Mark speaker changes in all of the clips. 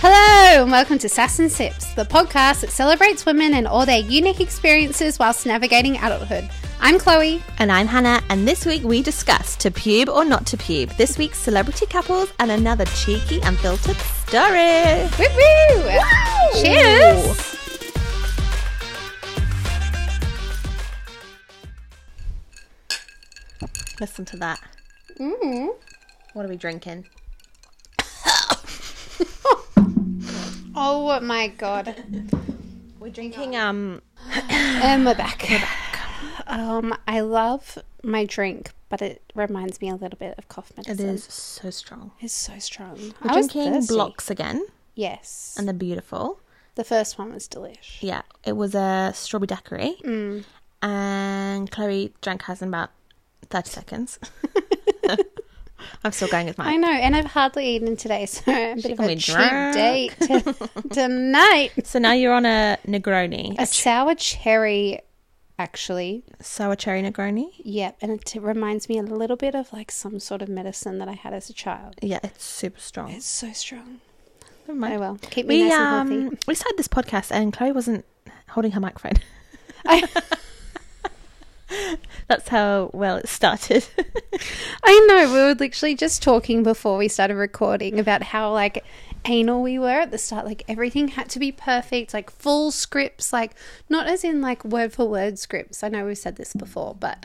Speaker 1: Hello, and welcome to Sass and Sips, the podcast that celebrates women and all their unique experiences whilst navigating adulthood. I'm Chloe.
Speaker 2: And I'm Hannah, and this week we discuss to pube or not to pube, this week's celebrity couples and another cheeky unfiltered story.
Speaker 1: Woo woo! Cheers!
Speaker 2: Listen to that. Mm. What are we drinking?
Speaker 1: Oh my god.
Speaker 2: We're drinking um
Speaker 1: And we're back. We're back. Um, I love my drink, but it reminds me a little bit of cough
Speaker 2: it
Speaker 1: medicine.
Speaker 2: is so strong.
Speaker 1: It's so strong.
Speaker 2: We're
Speaker 1: I was
Speaker 2: drinking
Speaker 1: thirsty.
Speaker 2: blocks again,
Speaker 1: Yes.
Speaker 2: and they're beautiful.
Speaker 1: the first one was delish.
Speaker 2: Yeah, it was a strawberry daiquiri, and Chloe drank hers in about thirty seconds. I'm still going with mine.
Speaker 1: I know, and I've hardly eaten today, so I'm a bit of
Speaker 2: gonna
Speaker 1: a
Speaker 2: be
Speaker 1: cheat
Speaker 2: drunk.
Speaker 1: date tonight.
Speaker 2: So now you're on a Negroni,
Speaker 1: A sour cherry, actually.
Speaker 2: sour cherry Negroni.
Speaker 1: Yep, and it t- reminds me a little bit of like some sort of medicine that I had as a child.
Speaker 2: Yeah, it's super strong.
Speaker 1: It's so strong.
Speaker 2: Never mind.
Speaker 1: Oh well, keep me
Speaker 2: We
Speaker 1: nice and
Speaker 2: um
Speaker 1: healthy.
Speaker 2: we started this podcast and Chloe wasn't holding her microphone.
Speaker 1: I,
Speaker 2: That's how well it started.
Speaker 1: I know we were literally just talking before we started recording about how like anal we were at the start. Like everything had to be perfect, like full scripts, like not as in like word for word scripts. I know we've said this before, but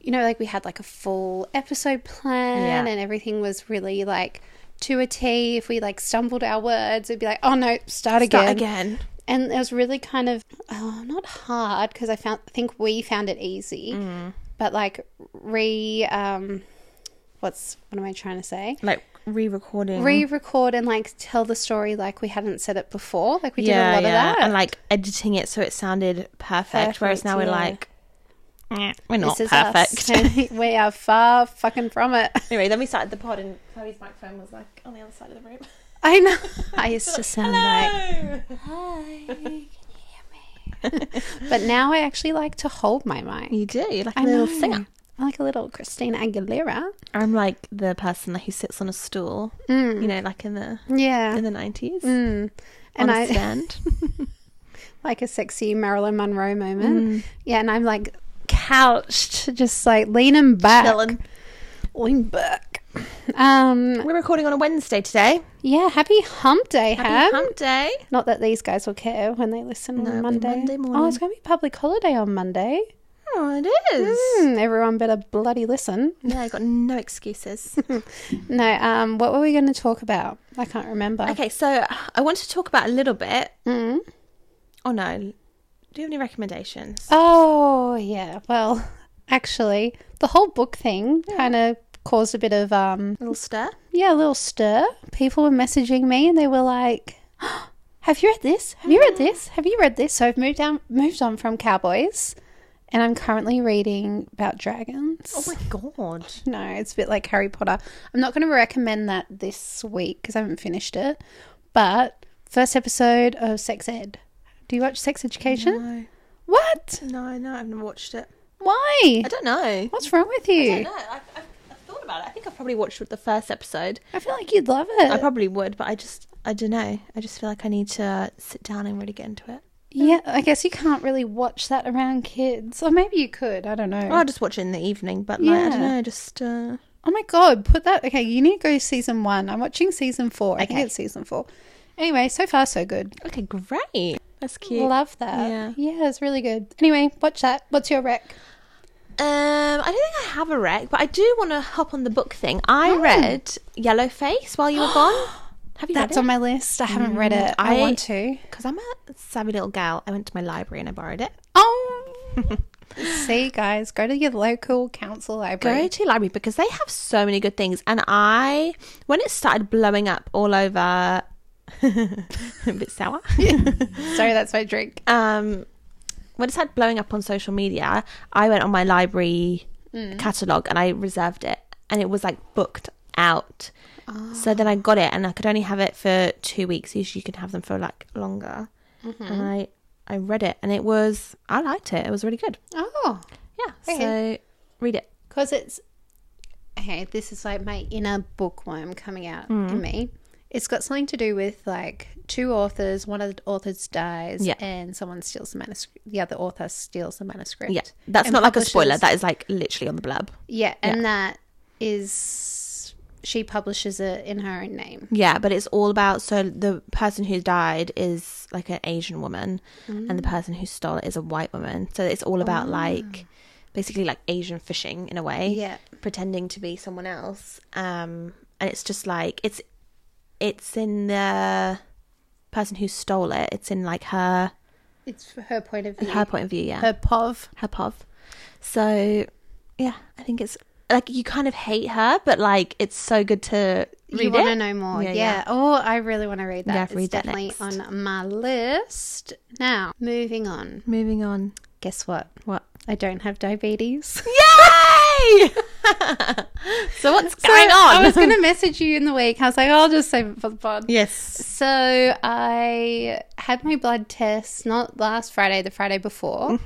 Speaker 1: you know, like we had like a full episode plan
Speaker 2: Yeah.
Speaker 1: and everything was really like to a T. If we like stumbled our words, it'd be like, oh no, start again.
Speaker 2: Start again.
Speaker 1: and it was really kind of oh, not hard because I found think we found it easy,
Speaker 2: Mm.
Speaker 1: but like re um, what's what am I trying to say?
Speaker 2: Like re-recording.
Speaker 1: Re-record and like tell the story like we hadn't said it before. Like we did a
Speaker 2: yeah,
Speaker 1: lot
Speaker 2: yeah.
Speaker 1: of that.
Speaker 2: And like editing it so it sounded perfect, whereas
Speaker 1: Perfect,
Speaker 2: now we're
Speaker 1: yeah.
Speaker 2: like, "Eh, we're not
Speaker 1: us.
Speaker 2: perfect.
Speaker 1: we are far fucking from it.
Speaker 2: anyway, then we started the pod and Chloe's microphone was like on the other side of the room.
Speaker 1: I know. I used to sound like, but now I actually like to hold my mic.
Speaker 2: you do. You're like a
Speaker 1: I
Speaker 2: little
Speaker 1: know.
Speaker 2: singer.
Speaker 1: I like a little Christina Aguilera.
Speaker 2: I'm like the person who sits on a stool, Mm. you know, like in the
Speaker 1: Mm. Yeah, Mm.
Speaker 2: in the 90s on
Speaker 1: and
Speaker 2: a
Speaker 1: I.
Speaker 2: stand.
Speaker 1: like a sexy Marilyn Monroe moment.
Speaker 2: Mm.
Speaker 1: Yeah, and I'm like couched, just like leaning back,
Speaker 2: Chilling.
Speaker 1: lean back. Um,
Speaker 2: We're recording on a Wednesday today.
Speaker 1: yeah, happy Hump Day,
Speaker 2: Happy
Speaker 1: Ham.
Speaker 2: hump day.
Speaker 1: Not that these guys will care when they listen
Speaker 2: No,
Speaker 1: on
Speaker 2: it'll be
Speaker 1: Monday.
Speaker 2: Monday
Speaker 1: Oh,
Speaker 2: morning.
Speaker 1: it's going to be public holiday on Monday.
Speaker 2: Oh, it is.
Speaker 1: Hmm, everyone better bloody listen.
Speaker 2: Yeah, I got no excuses.
Speaker 1: No, um, what were we going to talk about? I can't remember.
Speaker 2: okay, so I want to talk about a little bit.
Speaker 1: Mm.
Speaker 2: Oh no, do you have any recommendations?
Speaker 1: Oh, yeah. Well, actually, the whole book thing kind of caused a bit of um,
Speaker 2: little stir.
Speaker 1: yeah, a little stir. People were messaging me and they were like, "Have you read this? Have you read this? Have you read this?" So I've moved down, moved on from cowboys, and I'm currently reading about dragons.
Speaker 2: Oh my god.
Speaker 1: No, it's a bit like Harry Potter. I'm not going to recommend that this week because I haven't finished it. But first episode of Sex Ed. Do you watch Sex Education?
Speaker 2: No,
Speaker 1: What?
Speaker 2: no, no, I haven't watched it.
Speaker 1: Why?
Speaker 2: I don't know.
Speaker 1: What's wrong with you? I,
Speaker 2: No, I've, I've, I've thought about it. I think I probably watched the first episode.
Speaker 1: feel like you'd love it.
Speaker 2: I probably would, but I just, I don't know. I just feel like I need to sit down and really get into it.
Speaker 1: Yeah, I guess you can't really watch that around kids. Or maybe you could. I don't know.
Speaker 2: Well, I'll just watch it in the evening, but like, I don't
Speaker 1: Yeah.
Speaker 2: know, just, uh,
Speaker 1: Oh my god, put that. Okay, you need to go season one. I'm watching season four. I think
Speaker 2: Okay.
Speaker 1: it's season four. Anyway, so far so good.
Speaker 2: okay, great. That's cute.
Speaker 1: Love that.
Speaker 2: Yeah.
Speaker 1: it's really good. Anyway, watch that. What's your rec?
Speaker 2: Um, I don't think I have a rec, but I do want to hop on the book thing. I read Yellow Face while you were gone. Have you
Speaker 1: That's
Speaker 2: read
Speaker 1: on my list. I haven't read it. I,
Speaker 2: Mm, I-
Speaker 1: want to.
Speaker 2: it? Because I'm a savvy little gal. I went to my library and I borrowed it.
Speaker 1: Oh. See, guys, go to your local council library.
Speaker 2: Go to your library because they have so many good things. And I, when it started blowing up all over, a bit sour.
Speaker 1: Sorry, that's my drink.
Speaker 2: um, when it started blowing up on social media, I went on my library
Speaker 1: Hmm.
Speaker 2: catalogue and I reserved it, and it was like booked out. So then I got it, and I could only have it for two weeks. Usually, you can have them for like longer.
Speaker 1: Mm-hmm.
Speaker 2: And I I read it, and it was I liked it. It was really good.
Speaker 1: Oh,
Speaker 2: Yeah.
Speaker 1: Okay.
Speaker 2: So read it. Mm.
Speaker 1: because it's okay. This is like my inner bookworm coming out in me. It's got something to do with like two authors, one of the authors dies,
Speaker 2: Yeah.
Speaker 1: and someone steals the manuscript. The other author steals the manuscript.
Speaker 2: Yeah, that's
Speaker 1: and
Speaker 2: not like a
Speaker 1: publishes-
Speaker 2: spoiler. That is like literally on the blurb.
Speaker 1: yeah, and that is she publishes it in her own name.
Speaker 2: Yeah, but it's all about so the person who died is like an Asian woman, and the person who stole it is a white woman. So it's all about like basically like Asian fishing in a way,
Speaker 1: Yeah.
Speaker 2: pretending to be someone else. Um, and it's just like it's it's in the person who stole it. It's in like her
Speaker 1: It's her point of view.
Speaker 2: her point of view. Yeah,
Speaker 1: her pov.
Speaker 2: her pov. So yeah, I think it's like you kind of hate her, but like it's so good to read
Speaker 1: you want to
Speaker 2: it.
Speaker 1: know more.
Speaker 2: Yeah,
Speaker 1: Yeah,
Speaker 2: yeah.
Speaker 1: Oh, I really want to read that.
Speaker 2: Yeah,
Speaker 1: it's
Speaker 2: read that
Speaker 1: definitely
Speaker 2: next.
Speaker 1: on my list. Now, moving on.
Speaker 2: Moving on,
Speaker 1: Guess what?
Speaker 2: what?
Speaker 1: I don't have diabetes.
Speaker 2: Yay! so what's
Speaker 1: So,
Speaker 2: going on?
Speaker 1: I was going to message you in the week. I was like, I'll just save it for the pod.
Speaker 2: yes.
Speaker 1: So I had my blood test not last Friday, the Friday before,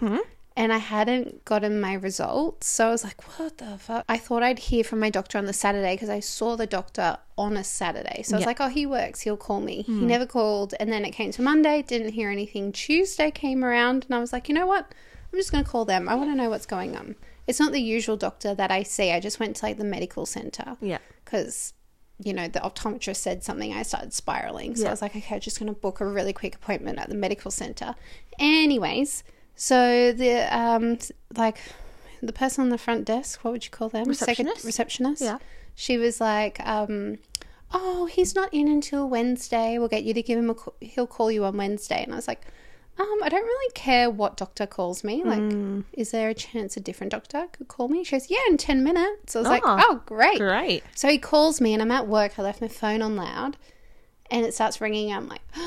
Speaker 1: and I hadn't gotten my results. So I was like, "What the fuck?" I thought I'd hear from my doctor on the Saturday because I saw the doctor on a Saturday. So I was like, "Oh, he works. He'll call me." He never called, and then it came to Monday. Didn't hear anything. Tuesday came around, and I was like, "You know what? I'm just going to call them. I want to know what's going on." It's not the usual doctor that I see. I just went to like the medical center
Speaker 2: Yeah.
Speaker 1: because you know the optometrist said something i started spiraling so
Speaker 2: Yeah.
Speaker 1: i was like okay I'm just going to book a really quick appointment at the medical center anyways so the um like the person on the front desk what would you call them Second-
Speaker 2: Receptionist?
Speaker 1: receptionist
Speaker 2: Yeah.
Speaker 1: she was like um oh he's not in until wednesday we'll get you to give him a c- he'll call you on wednesday and i was like um, I don't really care what doctor calls me. Like,
Speaker 2: Mm.
Speaker 1: is there a chance a different doctor could call me? She goes, Yeah, in 10 minutes. I was like,
Speaker 2: Ah,
Speaker 1: Oh, great.
Speaker 2: Great.
Speaker 1: So he calls me and I'm at work. I left my phone on loud and it starts ringing. I'm like,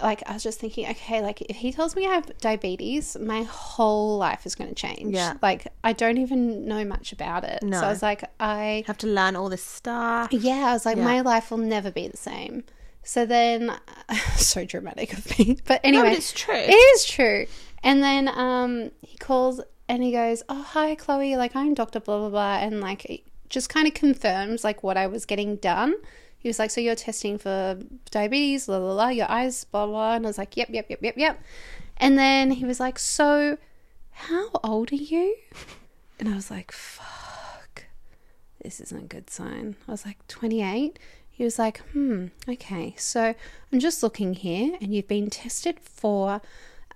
Speaker 1: like I was just thinking, okay, like if he tells me I have diabetes, my whole life is going to change.
Speaker 2: Yeah.
Speaker 1: Like I don't even know much about it.
Speaker 2: No.
Speaker 1: So I was like, I,
Speaker 2: Have to learn all this stuff.
Speaker 1: yeah, I was like,
Speaker 2: Yeah.
Speaker 1: my life will never be the same. So then, so dramatic of me. But
Speaker 2: No,
Speaker 1: anyway,
Speaker 2: Oh, but it's true.
Speaker 1: it is true. And then um, he calls and he goes, "Oh, hi, Chloe. Like I'm Doctor Blah blah blah," and like it just kind of confirms like what I was getting done. He was like, "So you're testing for diabetes, blah blah blah. Your eyes, blah blah." And I was like, "Yep, yep, yep, yep, yep." And then he was like, "So, how old are you?" And I was like, "Fuck." this isn't a good sign. I was like, 28. He was like, hmm, okay. So I'm just looking here, and you've been tested for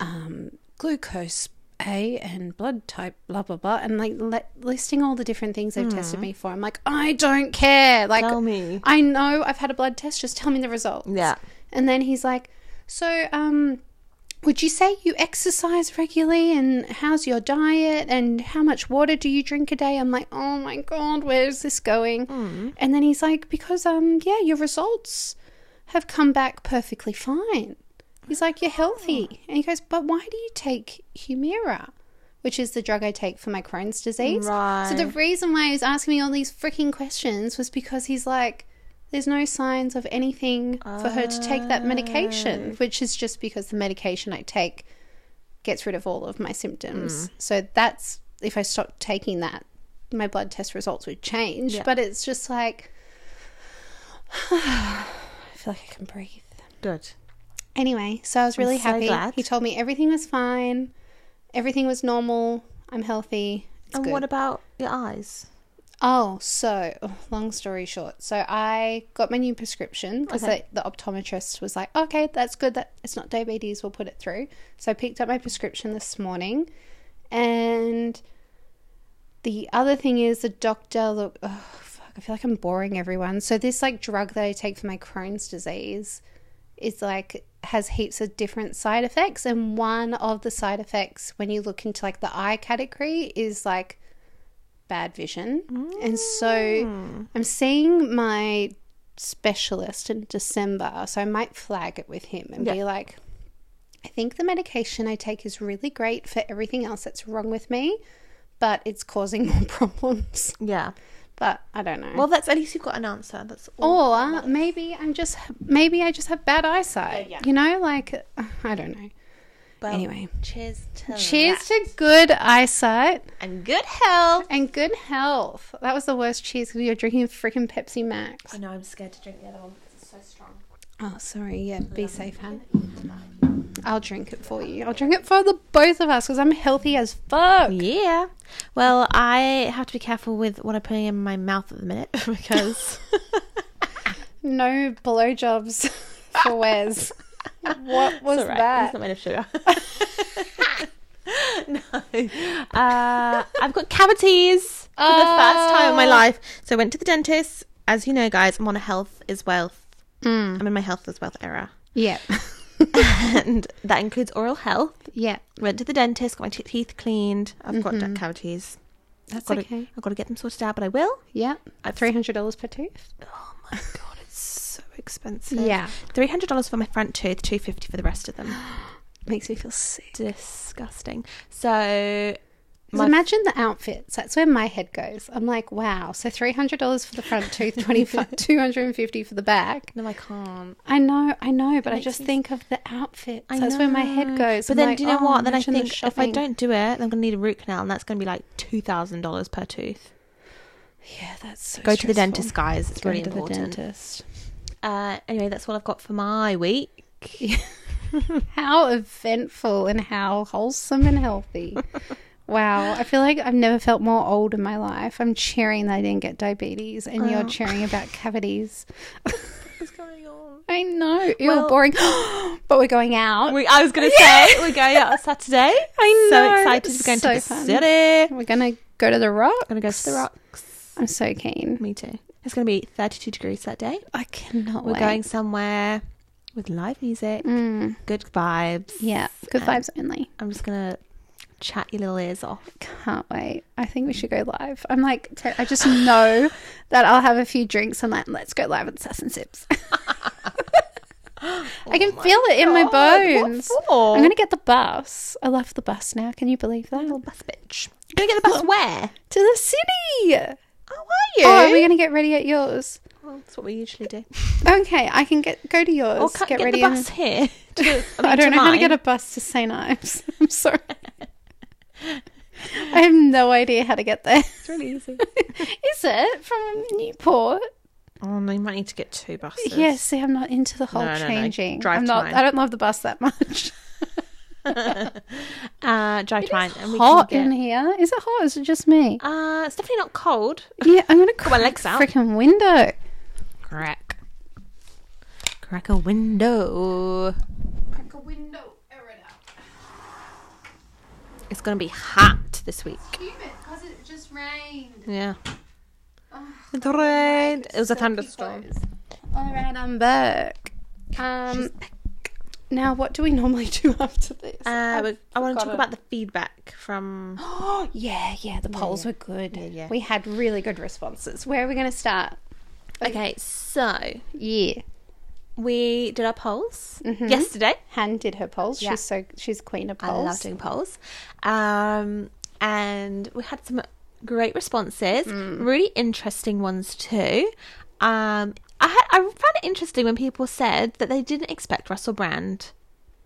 Speaker 1: um, glucose A and blood type, blah, blah, blah. And like li- listing all the different things they've tested me for. I'm like, I don't care. Like,
Speaker 2: Hmm. Tell me.
Speaker 1: I know I've had a blood test. Just tell me the results.
Speaker 2: Yeah.
Speaker 1: And then he's like, so, um, would you say you exercise regularly and how's your diet and how much water do you drink a day i'm like oh my god where's this going and then he's like because um yeah your results have come back perfectly fine he's like you're
Speaker 2: Mm.
Speaker 1: healthy and he goes but why do you take humira which is the drug I take for my Crohn's disease. So the
Speaker 2: Right.
Speaker 1: reason why he was asking me all these freaking questions was because he's like, there's no signs of anything for her to take that
Speaker 2: Oh.
Speaker 1: medication, which is just because the medication I take gets rid of all of my
Speaker 2: Mm.
Speaker 1: symptoms. So that's if I stopped taking that, my blood test results would change.
Speaker 2: Yeah.
Speaker 1: But it's just like, I feel like I can breathe.
Speaker 2: Good.
Speaker 1: Anyway, so I was really
Speaker 2: so
Speaker 1: happy.
Speaker 2: glad.
Speaker 1: He told me everything was fine, everything was normal. I'm healthy. It's
Speaker 2: and
Speaker 1: good.
Speaker 2: what about your eyes?
Speaker 1: Oh, so oh, long story short. So I got my new prescription because
Speaker 2: Okay.
Speaker 1: the optometrist was like, "Okay, that's good. That it's not diabetes. We'll put it through." So I picked up my prescription this morning, and the other thing is the doctor look. Oh, fuck! I feel like I'm boring everyone. So this like drug that I take for my Crohn's disease is like has heaps of different side effects, and one of the side effects when you look into like the eye category is like bad vision. And
Speaker 2: Mm.
Speaker 1: so I'm seeing my specialist in December. So I might flag it with him and be
Speaker 2: Yeah.
Speaker 1: like, I think the medication I take is really great for everything else that's wrong with me, but it's causing more problems.
Speaker 2: Yeah.
Speaker 1: But I don't know.
Speaker 2: Well, that's at least you've got an answer. That's all.
Speaker 1: or maybe I'm just maybe I just have bad eyesight.
Speaker 2: Yeah, yeah.
Speaker 1: You know, like I don't know.
Speaker 2: Well,
Speaker 1: anyway.
Speaker 2: cheers to
Speaker 1: Cheers to good eyesight.
Speaker 2: that. and good health.
Speaker 1: And good health. That was the worst cheese because you're drinking freaking Pepsi Max.
Speaker 2: I know I'm scared to drink the other one because it's so strong.
Speaker 1: Oh, sorry. Yeah, be safe, Han. I'll drink it for you. I'll drink it for the both of us because I'm healthy as fuck.
Speaker 2: Yeah. Well, I have to be careful with what I put in my mouth at the minute because
Speaker 1: No blowjobs for Wes. what was
Speaker 2: It's all right. It's
Speaker 1: that?
Speaker 2: not made of sugar. no. Uh, I've got cavities for the first time in my
Speaker 1: Oh.
Speaker 2: life. So I went to the dentist. As you know, guys, I'm on a health is wealth. I'm in my health is wealth era.
Speaker 1: Mm. Yeah.
Speaker 2: and that includes oral health.
Speaker 1: yeah.
Speaker 2: Went to the dentist, got my te- teeth cleaned. I've got cavities.
Speaker 1: That's
Speaker 2: Got
Speaker 1: okay.
Speaker 2: To, I've got to get them sorted out, but I will.
Speaker 1: Yeah.
Speaker 2: I've-
Speaker 1: $300 per tooth.
Speaker 2: Oh my god, it's so expensive.
Speaker 1: Yeah.
Speaker 2: Three hundred dollars for my front tooth, two fifty for the rest of them.
Speaker 1: Makes me feel sick.
Speaker 2: Disgusting. So
Speaker 1: 'Cause
Speaker 2: my
Speaker 1: imagine the outfits. That's where my head goes. I'm like, wow. So $300 for the front tooth, 25 250 for the back.
Speaker 2: No, I can't.
Speaker 1: I know, I know, but I
Speaker 2: makes
Speaker 1: just
Speaker 2: me s-
Speaker 1: think of the outfits. That's where my head goes.
Speaker 2: But
Speaker 1: I'm
Speaker 2: then,
Speaker 1: like,
Speaker 2: do you know
Speaker 1: oh,
Speaker 2: what? Then I
Speaker 1: imagine the
Speaker 2: think if I
Speaker 1: shopping.
Speaker 2: don't do it, then I'm gonna need a root canal, and that's gonna be like two thousand dollars per tooth.
Speaker 1: Yeah, that's so
Speaker 2: Go to
Speaker 1: stressful.
Speaker 2: the dentist, guys. It's
Speaker 1: Go
Speaker 2: really
Speaker 1: to the
Speaker 2: important.
Speaker 1: dentist.
Speaker 2: Uh, anyway, that's all I've got for my week.
Speaker 1: How eventful and how wholesome and healthy. wow. I feel like I've never felt more old in my life. I'm cheering that I didn't get diabetes, and
Speaker 2: Oh.
Speaker 1: you're cheering about cavities.
Speaker 2: What's going on?
Speaker 1: I know. Ew,
Speaker 2: Well-
Speaker 1: boring. but we're going out.
Speaker 2: Oh, We, I was gonna say we're going out on Saturday.
Speaker 1: Oh, I
Speaker 2: So
Speaker 1: know,
Speaker 2: excited! We're
Speaker 1: it's
Speaker 2: going
Speaker 1: so
Speaker 2: to the
Speaker 1: fun.
Speaker 2: city.
Speaker 1: We're going to go to the rock.
Speaker 2: Gonna go to the rocks.
Speaker 1: I'm so keen.
Speaker 2: Me too. It's gonna be 32 degrees that day.
Speaker 1: I cannot
Speaker 2: We're
Speaker 1: wait.
Speaker 2: going somewhere with live music,
Speaker 1: Mm,
Speaker 2: good vibes.
Speaker 1: yeah, good vibes only.
Speaker 2: I'm just gonna chat your little ears off.
Speaker 1: Can't wait. I think we should go live. I'm like, te- I just know that I'll have a few drinks and like, let's go live at Sass and Sips. I can
Speaker 2: Oh
Speaker 1: feel it in my bones. I'm going to get the bus. I love the bus now. Can you believe that?
Speaker 2: little bus bitch. You're gonna get the bus where?
Speaker 1: To the city. Oh,
Speaker 2: How are you?
Speaker 1: are we going to get ready at yours?
Speaker 2: Well, that's what we usually do.
Speaker 1: Okay, I can get go to yours.
Speaker 2: Or get, get
Speaker 1: ready.
Speaker 2: the
Speaker 1: and-
Speaker 2: bus here. to-
Speaker 1: I, don't know how to
Speaker 2: mine.
Speaker 1: get a bus to St. Ives. I'm sorry. I have no idea how to get there.
Speaker 2: It's really easy.
Speaker 1: Is it from Newport?
Speaker 2: oh no, you might need to get two buses.
Speaker 1: Yeah, see, I'm not into the whole
Speaker 2: No, no, no.
Speaker 1: changing.
Speaker 2: Drive
Speaker 1: I'm
Speaker 2: to
Speaker 1: not.
Speaker 2: mine.
Speaker 1: I don't love the bus that much.
Speaker 2: Uh, drive to mine, and we
Speaker 1: hot
Speaker 2: can
Speaker 1: in
Speaker 2: get.
Speaker 1: here. Is it hot? Or is it just me?
Speaker 2: Uh, it's definitely not cold.
Speaker 1: Yeah, I'm gonna
Speaker 2: my
Speaker 1: crack
Speaker 2: legs out.
Speaker 1: freaking window.
Speaker 2: Crack. Crack a window.
Speaker 1: Crack a window. Air it out.
Speaker 2: It's gonna be hot this week.
Speaker 1: Humid because it just rained.
Speaker 2: Yeah.
Speaker 1: Oh,
Speaker 2: It rained. It was a thunderstorm.
Speaker 1: All right, I'm back. Um, now what do we normally do after this? Um,
Speaker 2: Uh, we- I want to
Speaker 1: forgotten.
Speaker 2: talk about the feedback from.
Speaker 1: Oh yeah, yeah. The polls were good.
Speaker 2: yeah.
Speaker 1: We had really good responses. Where are we gonna start?
Speaker 2: Okay, so
Speaker 1: Yeah.
Speaker 2: we did our polls
Speaker 1: Mm-hmm.
Speaker 2: yesterday.
Speaker 1: Han did her polls.
Speaker 2: Yeah.
Speaker 1: She's so she's queen of
Speaker 2: I
Speaker 1: polls.
Speaker 2: love doing polls. Um, and we had some great responses,
Speaker 1: Mm.
Speaker 2: really interesting ones too. Um, I had, I found it interesting when people said that they didn't expect Russell Brand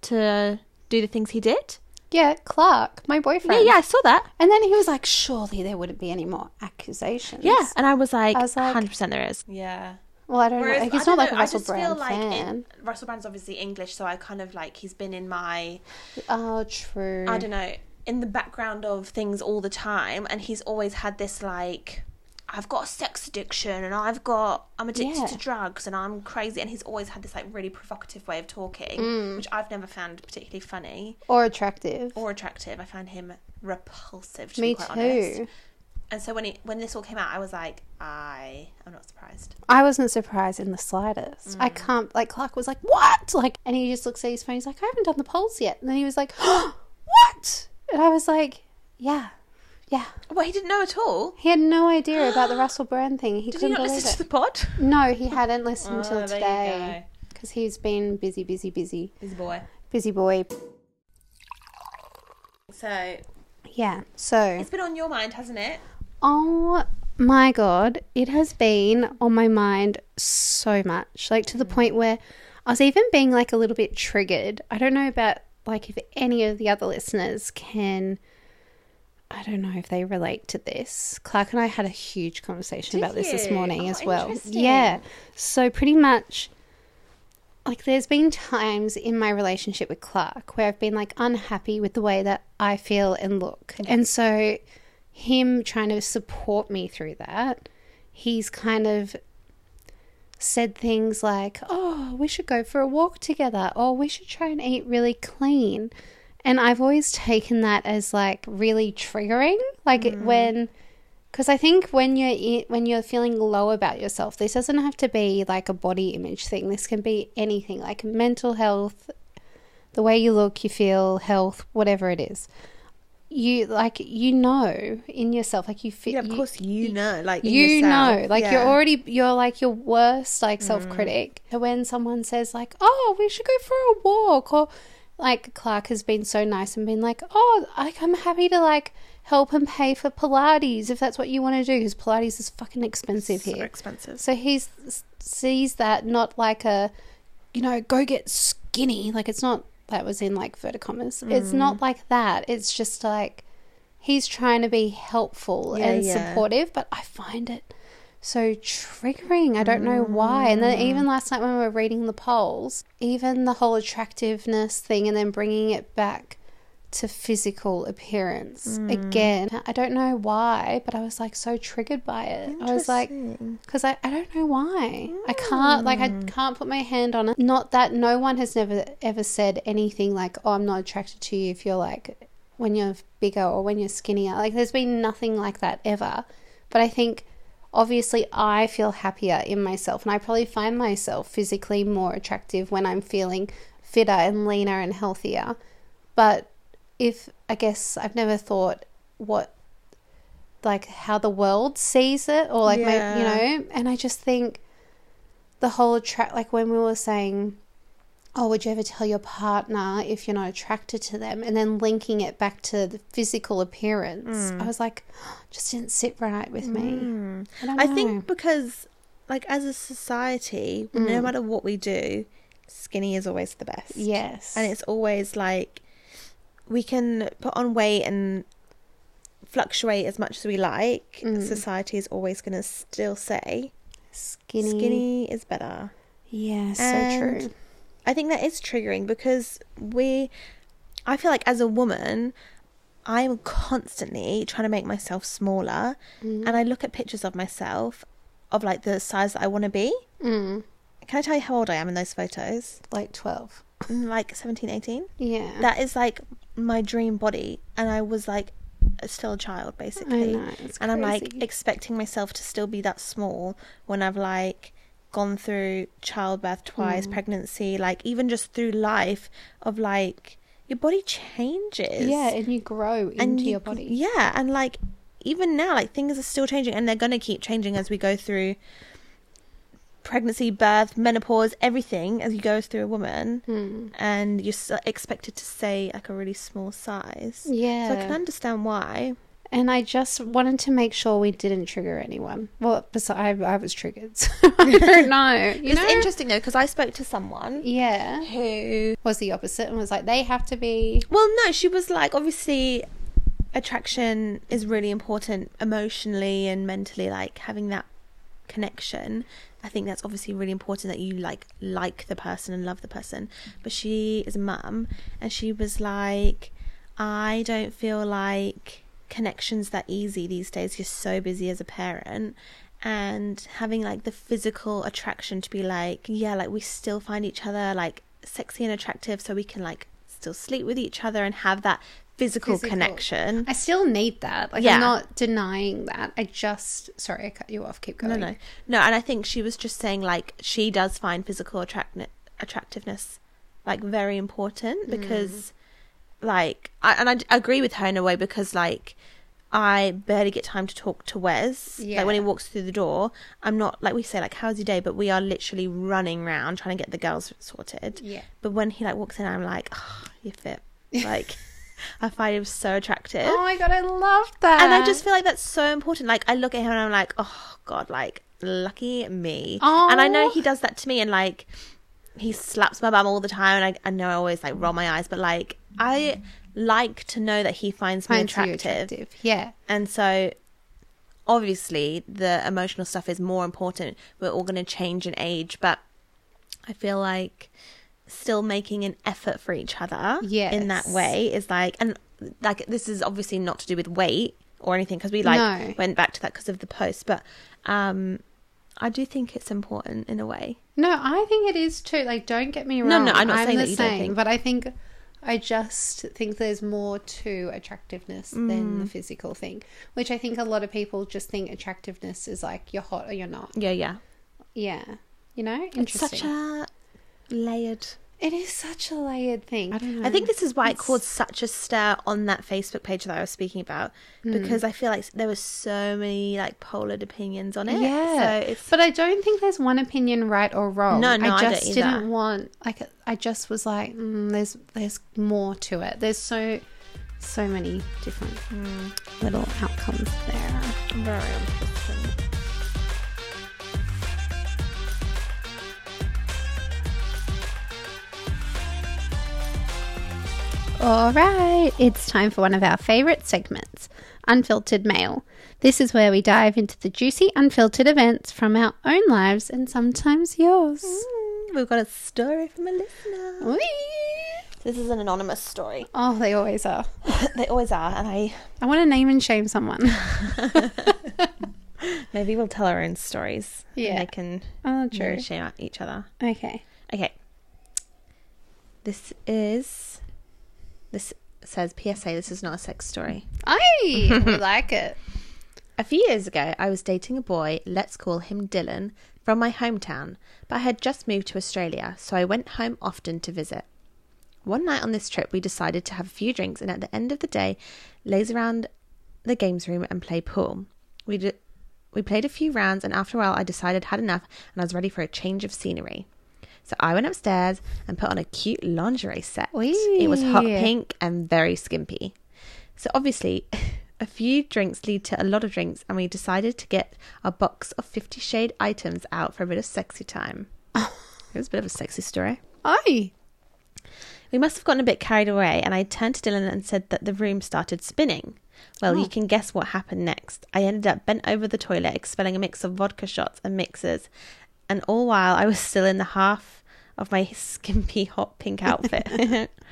Speaker 2: to do the things he did.
Speaker 1: Yeah, Clark, my
Speaker 2: Yeah,
Speaker 1: boyfriend.
Speaker 2: yeah, I saw that.
Speaker 1: And then he was like, surely there wouldn't be any more accusations.
Speaker 2: Yeah, and I was like,
Speaker 1: I was like-
Speaker 2: 100% there is. Yeah.
Speaker 1: Well, I don't know.
Speaker 2: Whereas,
Speaker 1: Like,
Speaker 2: I
Speaker 1: he's
Speaker 2: don't
Speaker 1: not like
Speaker 2: know,
Speaker 1: a
Speaker 2: I
Speaker 1: Russell
Speaker 2: just feel
Speaker 1: Brand
Speaker 2: like it-
Speaker 1: fan.
Speaker 2: Russell Brand's obviously English, so I kind of like he's been in my
Speaker 1: Oh, true.
Speaker 2: I don't know in the background of things all the time, and he's always had this like I've got a sex addiction, and I've got I'm addicted
Speaker 1: Yeah.
Speaker 2: to drugs, and I'm crazy, and he's always had this like really provocative way of talking,
Speaker 1: Mm.
Speaker 2: which I've never found particularly funny
Speaker 1: Or attractive.
Speaker 2: or attractive. I found him repulsive. To
Speaker 1: Me
Speaker 2: be quite honest.
Speaker 1: too.
Speaker 2: And so when it when this all came out, I was like, I am not surprised.
Speaker 1: I wasn't surprised in the slightest. I
Speaker 2: Mm.
Speaker 1: can't. Like Clark was like, "What?" Like, and he just looks at his phone. He's like, "I haven't done the polls yet." And then he was like, "What?" And I was like, "Yeah, yeah."
Speaker 2: Well, he didn't know at all.
Speaker 1: He had no idea about the Russell Brand thing. He
Speaker 2: Did he
Speaker 1: couldn't
Speaker 2: not
Speaker 1: believe
Speaker 2: listen
Speaker 1: it.
Speaker 2: to the pod?
Speaker 1: No, he hadn't listened
Speaker 2: Oh, there
Speaker 1: until
Speaker 2: you
Speaker 1: today because he's been busy, busy, busy,
Speaker 2: His boy.
Speaker 1: busy boy.
Speaker 2: So
Speaker 1: Yeah. So
Speaker 2: it's been on your mind, hasn't it?
Speaker 1: Oh my god, it has been on my mind so much, like to the point where I was even being like a little bit triggered. I don't know about like if any of the other listeners can. I don't know if they relate to this. Clark and I had a huge conversation
Speaker 2: Did
Speaker 1: about this this
Speaker 2: you?
Speaker 1: morning
Speaker 2: Oh,
Speaker 1: as well.
Speaker 2: interesting.
Speaker 1: Yeah. So pretty much like there's been times in my relationship with Clark where I've been like unhappy with the way that I feel and look. And so him trying to support me through that, he's kind of said things like, "Oh, we should go for a walk together," or "We should try and eat really clean." And I've always taken that as like really triggering, like
Speaker 2: Mm.
Speaker 1: it when because I think when you're in, when you're feeling low about yourself, this doesn't have to be like a body image thing. This can be anything, like mental health, the way you look, you feel, health, whatever it is. You like you know in yourself, like you feel.
Speaker 2: Yeah, of course you know, like in
Speaker 1: you
Speaker 2: yourself.
Speaker 1: know, like you're
Speaker 2: Yeah. Mm.
Speaker 1: already you're like your worst like self critic. So When someone says like, "Oh, we should go for a walk," or like Clark has been so nice and been like, "Oh, like I'm happy to like help and pay for Pilates if that's what you want to do," because Pilates is fucking expensive
Speaker 2: so
Speaker 1: here.
Speaker 2: expensive.
Speaker 1: So he sees that not like a, you know, go get skinny. Like it's not that was in like inverted commas. It's
Speaker 2: Mm.
Speaker 1: not like that. It's just like he's trying to be helpful
Speaker 2: Yeah,
Speaker 1: and
Speaker 2: yeah.
Speaker 1: supportive, but I find it so triggering. I don't know why. And
Speaker 2: Mm.
Speaker 1: then even last night when we were reading the polls, even the whole attractiveness thing, and then bringing it back to physical appearance
Speaker 2: Mm.
Speaker 1: again. I don't know why, but I was like so triggered by it. I was like,
Speaker 2: Interesting.
Speaker 1: because I, I don't know why. I can't, like, I can't put my hand on it. Not that no one has never ever said anything like, oh, I'm not attracted to you if you're like, when you're bigger or when you're skinnier. Like, there's been nothing like that ever. But I think obviously I feel happier in myself and I probably find myself physically more attractive when I'm feeling fitter and leaner and healthier. But if I guess I've never thought what like how the world sees it or like my, you
Speaker 2: Yeah.
Speaker 1: know, and I just think the whole track like when we were saying oh would you ever tell your partner if you're not attracted to them and then linking it back to the physical appearance
Speaker 2: Hmm.
Speaker 1: i was like just didn't sit right with me I, don't
Speaker 2: I
Speaker 1: know.
Speaker 2: think because, like, as a society, no matter what we do, skinny is always the best.
Speaker 1: Mm. yes
Speaker 2: And it's always like we can put on weight and fluctuate as much as we like.
Speaker 1: Mm.
Speaker 2: Society is always going to still say
Speaker 1: skinny
Speaker 2: skinny is better.
Speaker 1: yeah so
Speaker 2: And
Speaker 1: true
Speaker 2: I think that is triggering because we, I feel like as a woman, I'm constantly trying to make myself smaller,
Speaker 1: Mm.
Speaker 2: and I look at pictures of myself, of like the size that I want to be.
Speaker 1: mm,
Speaker 2: Can I tell you how old I am in those photos?
Speaker 1: like 12
Speaker 2: I'm like 17, 18.
Speaker 1: yeah
Speaker 2: That is like my dream body, and I was like still a child
Speaker 1: i
Speaker 2: basically.
Speaker 1: know it's
Speaker 2: and I'm like
Speaker 1: crazy.
Speaker 2: expecting myself to still be that small when I've like gone through childbirth
Speaker 1: Mm.
Speaker 2: twice, pregnancy, like even just through life of like your body changes.
Speaker 1: yeah and you grow into
Speaker 2: And you-
Speaker 1: your body
Speaker 2: Yeah, and like even now, like things are still changing and they're gonna keep changing as we go through pregnancy, birth, menopause, everything as you go through a woman
Speaker 1: Mm.
Speaker 2: and you're s- expected to stay like a really small size.
Speaker 1: yeah
Speaker 2: So I can understand why.
Speaker 1: And I just wanted to make sure we didn't trigger anyone. Well, besides, I, I was triggered. So I don't know. You
Speaker 2: it's
Speaker 1: know?
Speaker 2: interesting though because I spoke to someone
Speaker 1: yeah.
Speaker 2: who.
Speaker 1: Was the opposite and was like, they have to be.
Speaker 2: Well, no, she was like, obviously, attraction is really important emotionally and mentally. Like having that connection, I think that's obviously really important that you like like the person and love the person. But she is a mum, and she was like, I don't feel like connections that easy these days. You're so busy as a parent. And having like the physical attraction to be like, yeah, like we still find each other like sexy and attractive, so we can like still sleep with each other and have that physical,
Speaker 1: Physical.
Speaker 2: connection.
Speaker 1: I still need that. Like,
Speaker 2: Yeah.
Speaker 1: I'm not denying that. I just. Sorry, I cut you off. Keep going.
Speaker 2: No, no, no. And I think she was just saying like she does find physical attract- attractiveness like very
Speaker 1: Mm.
Speaker 2: important because like I, and I d- agree with her in a way because like I barely get time to talk to Wes.
Speaker 1: Yeah.
Speaker 2: Like when he walks through the door, I'm not like we say like how's your day, but we are literally running around trying to get the girls sorted.
Speaker 1: Yeah.
Speaker 2: But when he like walks in, I'm like, oh, you're fit. Like I find him so attractive
Speaker 1: Oh my God, I love that.
Speaker 2: and I just feel like that's so important. Like I look at him and I'm like, oh god, like lucky me. And I know
Speaker 1: Aw.
Speaker 2: he does that to me, and like he slaps my bum all the time, and I, I know I always like roll my eyes, but like I like to know that he finds me
Speaker 1: Finds you
Speaker 2: attractive.
Speaker 1: Yeah.
Speaker 2: and so obviously the emotional stuff is more important. We're all going to change in age, but I feel like still making an effort for each other in that
Speaker 1: Yes.
Speaker 2: way is like, and like this is obviously not to do with weight or anything because we like
Speaker 1: No.
Speaker 2: went back to that because of the post, but um, I do think it's important in a way.
Speaker 1: No, I think it is too. Like, don't get me wrong.
Speaker 2: No, no, I'm not saying
Speaker 1: the
Speaker 2: that you don't
Speaker 1: same,
Speaker 2: think.
Speaker 1: But I think, I just think there's more to attractiveness than
Speaker 2: Mm.
Speaker 1: the physical thing, which I think a lot of people just think attractiveness is like you're hot or you're not.
Speaker 2: Yeah, yeah.
Speaker 1: Yeah, you know,
Speaker 2: It's
Speaker 1: interesting.
Speaker 2: such a layered.
Speaker 1: it is such a layered thing. I don't
Speaker 2: I think this is why it caused such a stir on that Facebook page that I was speaking about because I feel like there were so many like polar opinions on it.
Speaker 1: Yeah,
Speaker 2: so it's
Speaker 1: but I don't think there's one opinion right or wrong.
Speaker 2: No, no, I
Speaker 1: I
Speaker 2: don't
Speaker 1: just
Speaker 2: either.
Speaker 1: didn't want like I just was like, mm, there's there's more to it. There's so so many different
Speaker 2: Hmm.
Speaker 1: little outcomes there.
Speaker 2: very interesting.
Speaker 1: All right, it's time for one of our favourite segments Unfiltered Mail. This is where we dive into the juicy, unfiltered events from our own lives and sometimes yours.
Speaker 2: Mm, We've got a story from a listener.
Speaker 1: Whee!
Speaker 2: This is an anonymous story.
Speaker 1: Oh, they always are.
Speaker 2: they always are, and I
Speaker 1: I want to name and shame someone.
Speaker 2: maybe we'll tell our own stories. and
Speaker 1: Yeah.
Speaker 2: they can
Speaker 1: Oh,
Speaker 2: you know,
Speaker 1: true.
Speaker 2: share each other.
Speaker 1: Okay.
Speaker 2: Okay. This is this says PSA. This is not a sex story.
Speaker 1: I we like it.
Speaker 2: A few years ago, I was dating a boy, let's call him Dylan, from my hometown, but I had just moved to Australia, so I went home often to visit. One night on this trip, we decided to have a few drinks and at the end of the day, laze around the games room and play pool. We, d- we played a few rounds, and after a while, I decided I'd had enough and I was ready for a change of scenery. So I went upstairs and put on a cute lingerie set. It was hot
Speaker 1: Wee.
Speaker 2: pink and very skimpy. So obviously, a few drinks lead to a lot of drinks, and we decided to get a box of Fifty Shade items out for a bit of sexy time. it was a bit of a sexy story.
Speaker 1: I.
Speaker 2: We must have gotten a bit carried away, and I turned to Dylan and said that the room started spinning. Well, you can guess what happened next. I ended up bent over the toilet, expelling a mix of vodka shots and mixers, and all while I was still in the half of my skimpy hot pink outfit.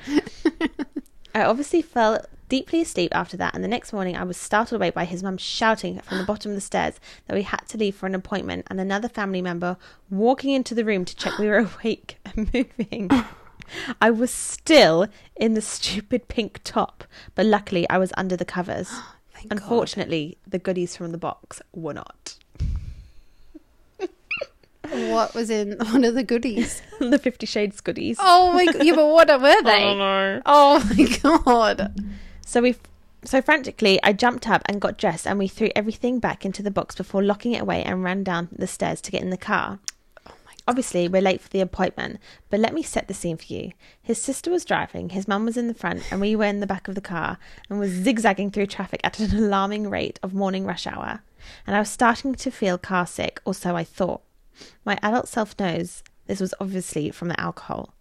Speaker 2: I obviously fell deeply asleep after that, and the next morning I was startled awake by his mum shouting from the bottom of the stairs that we had to leave for an appointment, and another family member walking into the room to check we were awake and moving. I was still in the stupid pink top, but luckily I was under the covers.
Speaker 1: Thank God.
Speaker 2: Unfortunately, the goodies from the box were not.
Speaker 1: What was in one of the goodies?
Speaker 2: the Fifty Shades goodies.
Speaker 1: Oh my god. Yeah, but what were they?
Speaker 2: no.
Speaker 1: Oh my god.
Speaker 2: So we, so frantically, I jumped up and got dressed, and we threw everything back into the box before locking it away and ran down the stairs to get in the car. Obviously, we're late for the appointment, but let me set the scene for you. His sister was driving, his mum was in the front, and we were in the back of the car and was zigzagging through traffic at an alarming rate of morning rush hour. And I was starting to feel car sick, or so I thought. My adult self knows this was obviously from the alcohol.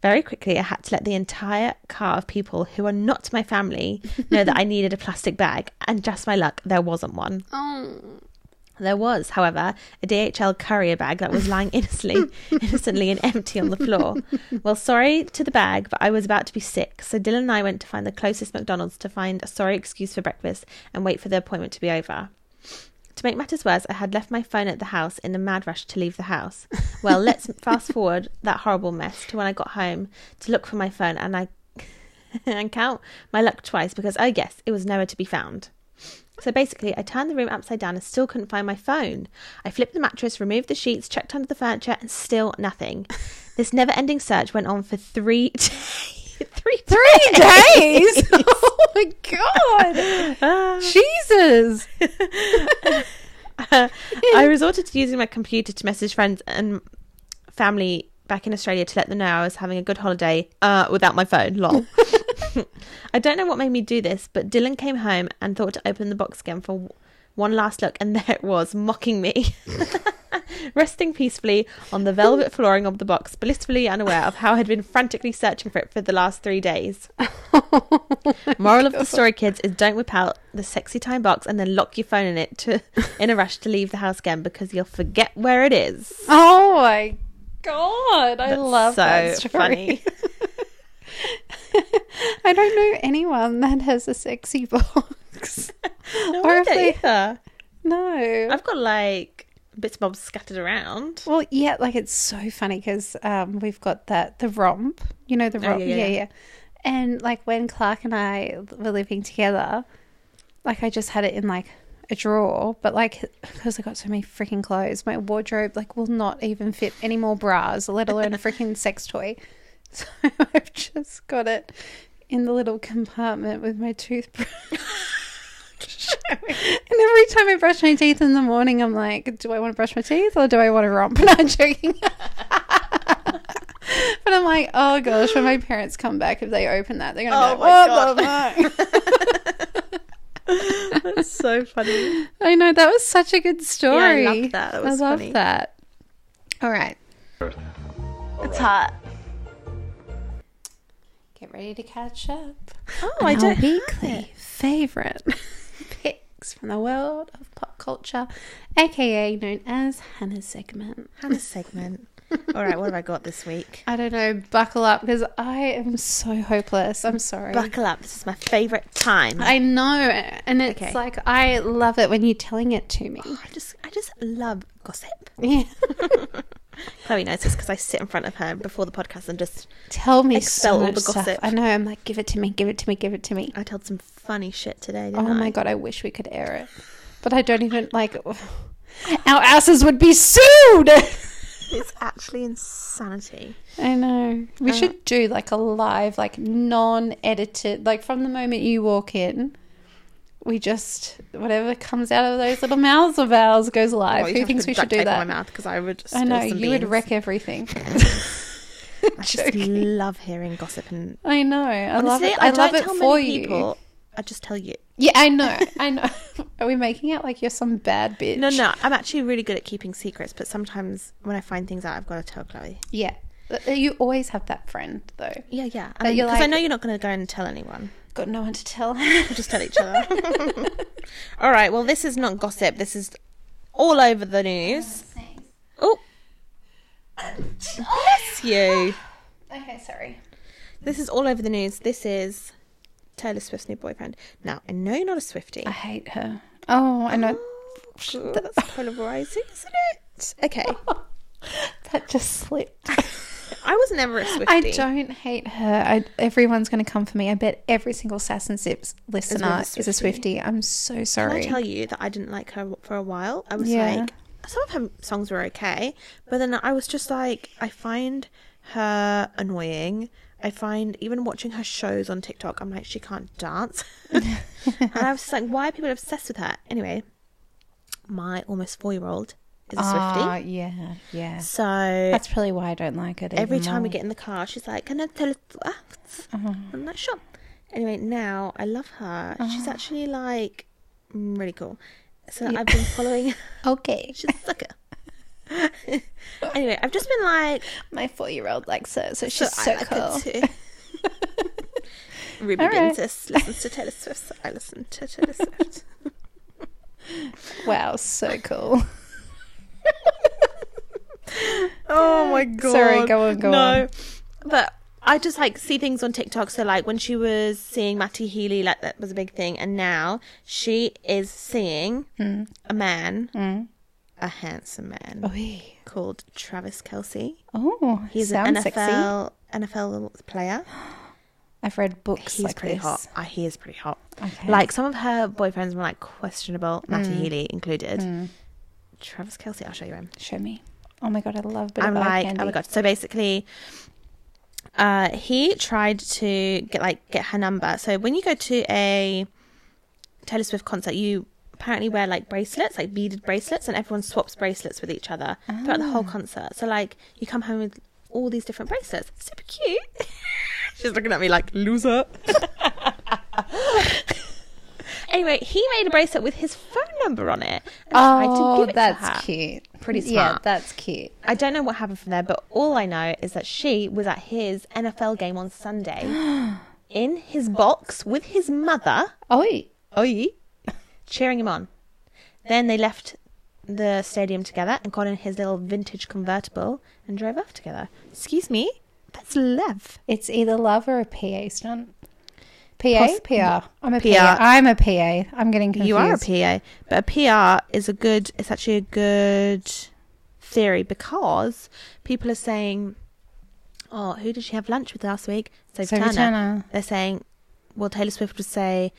Speaker 2: Very quickly, I had to let the entire car of people who are not my family know that I needed a plastic bag, and just my luck, there wasn't one.
Speaker 1: Oh.
Speaker 2: There was, however, a DHL courier bag that was lying innocently, innocently and empty on the floor. Well, sorry to the bag, but I was about to be sick, so Dylan and I went to find the closest McDonald's to find a sorry excuse for breakfast and wait for the appointment to be over. To make matters worse, I had left my phone at the house in a mad rush to leave the house. Well, let's fast forward that horrible mess to when I got home to look for my phone and I and count my luck twice because oh yes, it was nowhere to be found. So basically, I turned the room upside down and still couldn't find my phone. I flipped the mattress, removed the sheets, checked under the furniture, and still nothing. This never-ending search went on for three days. three,
Speaker 1: Three days? oh my god.
Speaker 2: Ah.
Speaker 1: Jesus.
Speaker 2: I resorted to using my computer to message friends and family back in Australia to let them know I was having a good holiday uh, without my phone. Lol. I don't know what made me do this, but Dylan came home and thought to open the box again for w- one last look, and there it was, mocking me. Resting peacefully on the velvet flooring of the box, blissfully unaware of how I had been frantically searching for it for the last three days. Moral of the story, kids, is don't whip out the sexy time box and then lock your phone in it to in a rush to leave the house again because you'll forget where it is.
Speaker 1: Oh my god, I love
Speaker 2: so
Speaker 1: that story.
Speaker 2: funny.
Speaker 1: I don't know anyone that has a sexy box.
Speaker 2: No,
Speaker 1: Or
Speaker 2: I
Speaker 1: if
Speaker 2: don't
Speaker 1: they-
Speaker 2: either.
Speaker 1: no.
Speaker 2: I've got like bits and bobs scattered around.
Speaker 1: Well, yeah, like it's so funny because um, we've got that the romp, you know the
Speaker 2: Oh,
Speaker 1: romp,
Speaker 2: yeah,
Speaker 1: yeah,
Speaker 2: yeah.
Speaker 1: yeah, And like when Clark and I were living together, like I just had it in like a drawer, but like because I got so many freaking clothes, my wardrobe like will not even fit any more bras, let alone a freaking sex toy. So I've just got it in the little compartment with my toothbrush. And every time I brush my teeth in the morning, I'm like, do I want to brush my teeth or do I want to romp? No, I'm joking. but I'm like, oh gosh, when my parents come back, if they open that, they're going to
Speaker 2: Oh
Speaker 1: be
Speaker 2: my
Speaker 1: like, what the fuck?
Speaker 2: That's so funny.
Speaker 1: I know, that was such a good story.
Speaker 2: loved that. That was
Speaker 1: I love
Speaker 2: funny.
Speaker 1: that. All right.
Speaker 2: It's hot.
Speaker 1: Get ready to catch up.
Speaker 2: Oh,
Speaker 1: on
Speaker 2: I
Speaker 1: our
Speaker 2: don't. have it.
Speaker 1: weekly favorite picks from the world of pop culture, aka known as Hannah's segment.
Speaker 2: Hannah's segment. All right, what have I got this week?
Speaker 1: I don't know. Buckle up because I am so hopeless. I'm sorry.
Speaker 2: Buckle up. This is my favorite time.
Speaker 1: I know, and it's
Speaker 2: Okay.
Speaker 1: like I love it when you're telling it to me.
Speaker 2: I just, I just love gossip.
Speaker 1: Yeah,
Speaker 2: Chloe knows this because I sit in front of her before the podcast and just
Speaker 1: tell me
Speaker 2: Expel
Speaker 1: so
Speaker 2: all
Speaker 1: much
Speaker 2: the
Speaker 1: stuff.
Speaker 2: gossip.
Speaker 1: I know. I'm like, give it to me, give it to me, give it to me.
Speaker 2: I told some funny shit today.
Speaker 1: Oh
Speaker 2: Didn't
Speaker 1: my
Speaker 2: I?
Speaker 1: god, I wish we could air it, but I don't even like. Our asses would be sued.
Speaker 2: It's actually insanity.
Speaker 1: I know.
Speaker 2: Uh,
Speaker 1: We should do like a live, like non-edited, like from the moment you walk in. We just whatever comes out of those little mouths of ours goes live.
Speaker 2: Well, you'd
Speaker 1: Who
Speaker 2: have to
Speaker 1: thinks we
Speaker 2: put
Speaker 1: should
Speaker 2: duct
Speaker 1: do
Speaker 2: tape
Speaker 1: that?
Speaker 2: on My mouth because I would.
Speaker 1: I
Speaker 2: spill
Speaker 1: know
Speaker 2: some
Speaker 1: you would
Speaker 2: beans.
Speaker 1: wreck everything.
Speaker 2: I just
Speaker 1: Joking.
Speaker 2: love hearing gossip and
Speaker 1: I know. I love
Speaker 2: Honestly,
Speaker 1: it. I, love
Speaker 2: don't
Speaker 1: it
Speaker 2: tell
Speaker 1: for
Speaker 2: many
Speaker 1: you.
Speaker 2: people. I just tell you.
Speaker 1: Yeah, I know. I know. Are we making out like you're some bad bitch?
Speaker 2: No, no, I'm actually really good at keeping secrets, but sometimes when I find things out, I've got to tell Chloe.
Speaker 1: Yeah, Uh, you always have that friend though.
Speaker 2: Yeah, yeah.
Speaker 1: But
Speaker 2: Because
Speaker 1: you're
Speaker 2: I
Speaker 1: like-
Speaker 2: know you're not going to go and tell anyone.
Speaker 1: Got no one to tell.
Speaker 2: We'll just tell each other. All right. Well, this is not gossip. This is all over the news. Oh, bless
Speaker 1: Oh,
Speaker 2: you.
Speaker 1: okay, sorry.
Speaker 2: This is all over the news. This is Taylor Swift's new boyfriend. Now, I know you're not a Swiftie.
Speaker 1: I hate her. Oh, I know.
Speaker 2: Oh, God, that's polarizing, isn't it? Okay.
Speaker 1: That just slipped.
Speaker 2: I was never a Swiftie.
Speaker 1: I don't hate her. I, everyone's going to come for me. I bet every single Sass and Sips listener is
Speaker 2: Is with
Speaker 1: a
Speaker 2: a
Speaker 1: Swifty. I'm so
Speaker 2: Can I
Speaker 1: sorry.
Speaker 2: tell you that I didn't like her for a while? I was
Speaker 1: Yeah.
Speaker 2: like, some of her songs were okay, but then I was just like, I find her annoying. I find even watching her shows on TikTok, I'm like, she can't dance. and I was just like, why are people obsessed with her? Anyway, my almost four year old is a
Speaker 1: Ah,
Speaker 2: Swifty.
Speaker 1: yeah, yeah.
Speaker 2: So
Speaker 1: That's probably why I don't like it.
Speaker 2: every
Speaker 1: even
Speaker 2: time we
Speaker 1: more.
Speaker 2: get in the car, she's like, "Can I tell?" Uh,
Speaker 1: Uh-huh.
Speaker 2: I'm like, "Sure." Anyway, now I love her. She's
Speaker 1: Uh-huh.
Speaker 2: actually like mm, really cool. So I've been following.
Speaker 1: okay,
Speaker 2: she's a sucker. anyway, I've just been like,
Speaker 1: my four-year-old likes her, so
Speaker 2: so
Speaker 1: she's
Speaker 2: I
Speaker 1: so,
Speaker 2: like
Speaker 1: cool.
Speaker 2: her too. Ruby
Speaker 1: All right.
Speaker 2: Ventus listens to Taylor Swift. So I listen to Taylor Swift.
Speaker 1: Wow, so cool.
Speaker 2: Oh my
Speaker 1: Sorry, go on, go
Speaker 2: no.
Speaker 1: on.
Speaker 2: But I just like see things on TikTok. So like when she was seeing Matty Healy, like that was a big thing, and now she is seeing
Speaker 1: Mm,
Speaker 2: a man, a handsome man
Speaker 1: Oi.
Speaker 2: called Travis Kelsey.
Speaker 1: Oh,
Speaker 2: He's
Speaker 1: sounds
Speaker 2: an
Speaker 1: sexy.
Speaker 2: NFL NFL player.
Speaker 1: I've read books
Speaker 2: He's
Speaker 1: like
Speaker 2: pretty
Speaker 1: this.
Speaker 2: hot. Uh, he is pretty hot.
Speaker 1: Okay. Mm.
Speaker 2: Like some of her boyfriends were like questionable, Matty Healy included. Travis Kelsey, I'll show you him.
Speaker 1: Hmm. Show me. Oh my god, I love a bit
Speaker 2: I'm
Speaker 1: of eye
Speaker 2: like,
Speaker 1: candy.
Speaker 2: oh my god. So basically, uh, he tried to get like get her number. So when you go to a Taylor Swift concert, you apparently wear like bracelets, like beaded bracelets, and everyone swaps bracelets with each other throughout the
Speaker 1: Ah.
Speaker 2: whole concert. So like, you come home with all these different bracelets. Super cute. She's looking at me like loser. anyway, he made a bracelet with his phone number on it. And tried to
Speaker 1: Oh,
Speaker 2: give it to her.
Speaker 1: that's cute.
Speaker 2: Pretty
Speaker 1: Yeah,
Speaker 2: smart.
Speaker 1: that's cute.
Speaker 2: I don't know what happened from there, but all I know is that she was at his NFL game on Sunday in his box with his mother,
Speaker 1: Oh,
Speaker 2: Oi, cheering him on. Then they left the stadium together and got in his little vintage convertible and drove off together. Excuse me, that's love.
Speaker 1: It's either love or a PA stunt. PA,
Speaker 2: Poss-
Speaker 1: PR. I'm a
Speaker 2: PR.
Speaker 1: PR. I'm a PA. I'm getting confused.
Speaker 2: You are a PA, but a PR is a good. It's actually a good theory because people are saying, "Oh, who did she have lunch with last week?" So
Speaker 1: So
Speaker 2: Turner.
Speaker 1: Turner.
Speaker 2: They're saying, "Well, Taylor Swift would say,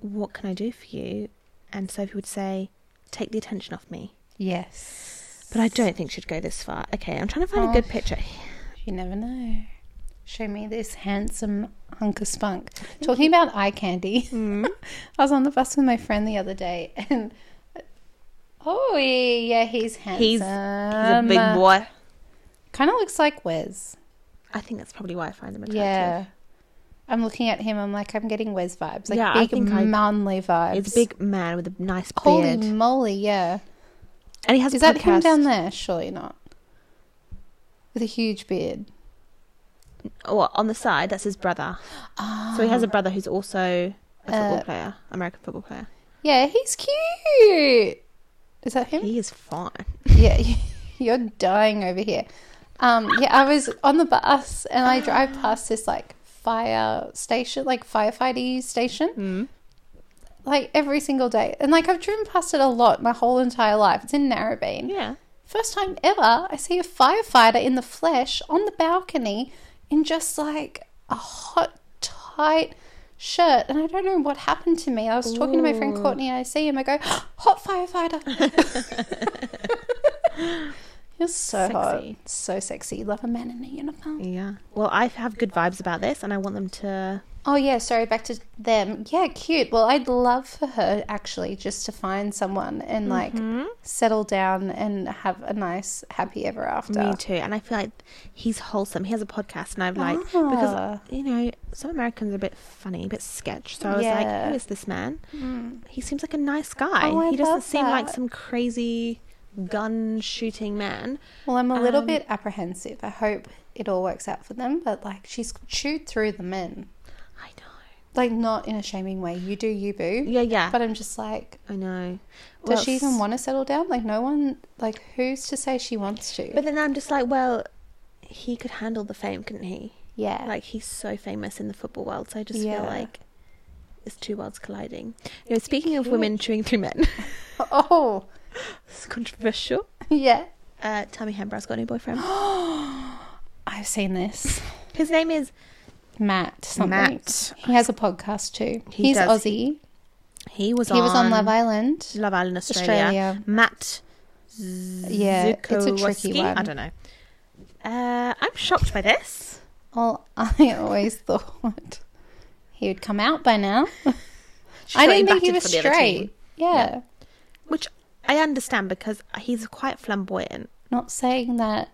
Speaker 2: what can I do for you?'" And Sophie would say, "Take the attention off me."
Speaker 1: Yes.
Speaker 2: But I don't think she'd go this far. Okay, I'm trying to find a
Speaker 1: Oh.
Speaker 2: good picture.
Speaker 1: You never know. Show me this handsome hunk of spunk. Talking about eye candy, I was on the bus with my friend the other day, and oh yeah, he's handsome.
Speaker 2: He's, he's a
Speaker 1: Um, uh,
Speaker 2: big boy.
Speaker 1: Kind of looks like Wes.
Speaker 2: I think that's probably why I find him attractive.
Speaker 1: Yeah. I'm looking at him. I'm like, I'm getting Wes vibes, like
Speaker 2: Yeah, I
Speaker 1: big
Speaker 2: think I-
Speaker 1: manly vibes.
Speaker 2: He's a big man with a nice
Speaker 1: Holy
Speaker 2: beard.
Speaker 1: moly, yeah.
Speaker 2: And he has a
Speaker 1: Is that him
Speaker 2: podcast.
Speaker 1: down there? Surely not. With a huge beard.
Speaker 2: Or on the side, that's his brother. So he has a brother who's also a football
Speaker 1: Ah. Uh,
Speaker 2: player, American football player.
Speaker 1: Yeah, he's cute. Is that him?
Speaker 2: He is fine.
Speaker 1: yeah, you're dying over here. Um, yeah, I was on the bus and I drive past this like fire station, like firefighting station, like every single day. And like I've driven past it a lot my whole entire life. It's in Narrabeen.
Speaker 2: Yeah.
Speaker 1: First time ever, I see a firefighter in the flesh on the balcony in just like a hot, tight shirt. And I don't know what happened to me. I was talking to my friend Courtney and I see him. I go, hot firefighter. You're so hot.
Speaker 2: Sexy.
Speaker 1: So sexy. Love a man in a uniform.
Speaker 2: Yeah. Well, I have good vibes about this, and I want them to.
Speaker 1: Oh, yeah. Sorry, back to them. Yeah, cute. Well, I'd love for her actually just to find someone and like
Speaker 2: Mm-hmm.
Speaker 1: settle down and have a nice, happy ever after.
Speaker 2: Me too. And I feel like he's wholesome. He has a podcast, and I've like because
Speaker 1: Ah.
Speaker 2: you know some Americans are a bit funny, a bit sketch. So I was like,
Speaker 1: Yeah.
Speaker 2: who is this man? He seems like a nice guy.
Speaker 1: Oh, I
Speaker 2: he doesn't
Speaker 1: love
Speaker 2: seem like
Speaker 1: that.
Speaker 2: some crazy gun shooting man.
Speaker 1: Well, I'm a little
Speaker 2: Um,
Speaker 1: bit apprehensive. I hope it all works out for them, but like she's chewed through the men,
Speaker 2: I know.
Speaker 1: like not in a shaming way. You do you, boo.
Speaker 2: Yeah, yeah.
Speaker 1: Mm-hmm. But I'm just like,
Speaker 2: I know.
Speaker 1: does
Speaker 2: Well,
Speaker 1: she
Speaker 2: s-
Speaker 1: even want to settle down? Like no one, like who's to say she wants to?
Speaker 2: But then I'm just like, well, he could handle the fame, couldn't he?
Speaker 1: yeah,
Speaker 2: Like he's so famous in the football world, so I just
Speaker 1: Yeah.
Speaker 2: feel like it's two worlds colliding. You know, speaking of women chewing through men,
Speaker 1: oh
Speaker 2: it's controversial.
Speaker 1: yeah,
Speaker 2: Uh, Tammy Hambro's got a new boyfriend.
Speaker 1: I've seen this.
Speaker 2: His name is
Speaker 1: Matt, something.
Speaker 2: Matt.
Speaker 1: He has a podcast too.
Speaker 2: He
Speaker 1: He's
Speaker 2: does.
Speaker 1: Aussie. He
Speaker 2: he was on
Speaker 1: was on Love Island.
Speaker 2: Love Island Australia.
Speaker 1: Australia.
Speaker 2: Matt
Speaker 1: Yeah, it's a tricky
Speaker 2: Zukowski?
Speaker 1: one.
Speaker 2: I don't know. Uh, I'm shocked by this.
Speaker 1: Well, I always thought he would come out by now. I
Speaker 2: Shot
Speaker 1: didn't think he
Speaker 2: batted
Speaker 1: was
Speaker 2: for the other team.
Speaker 1: straight. yeah.
Speaker 2: which I understand because he's quite flamboyant.
Speaker 1: Not saying that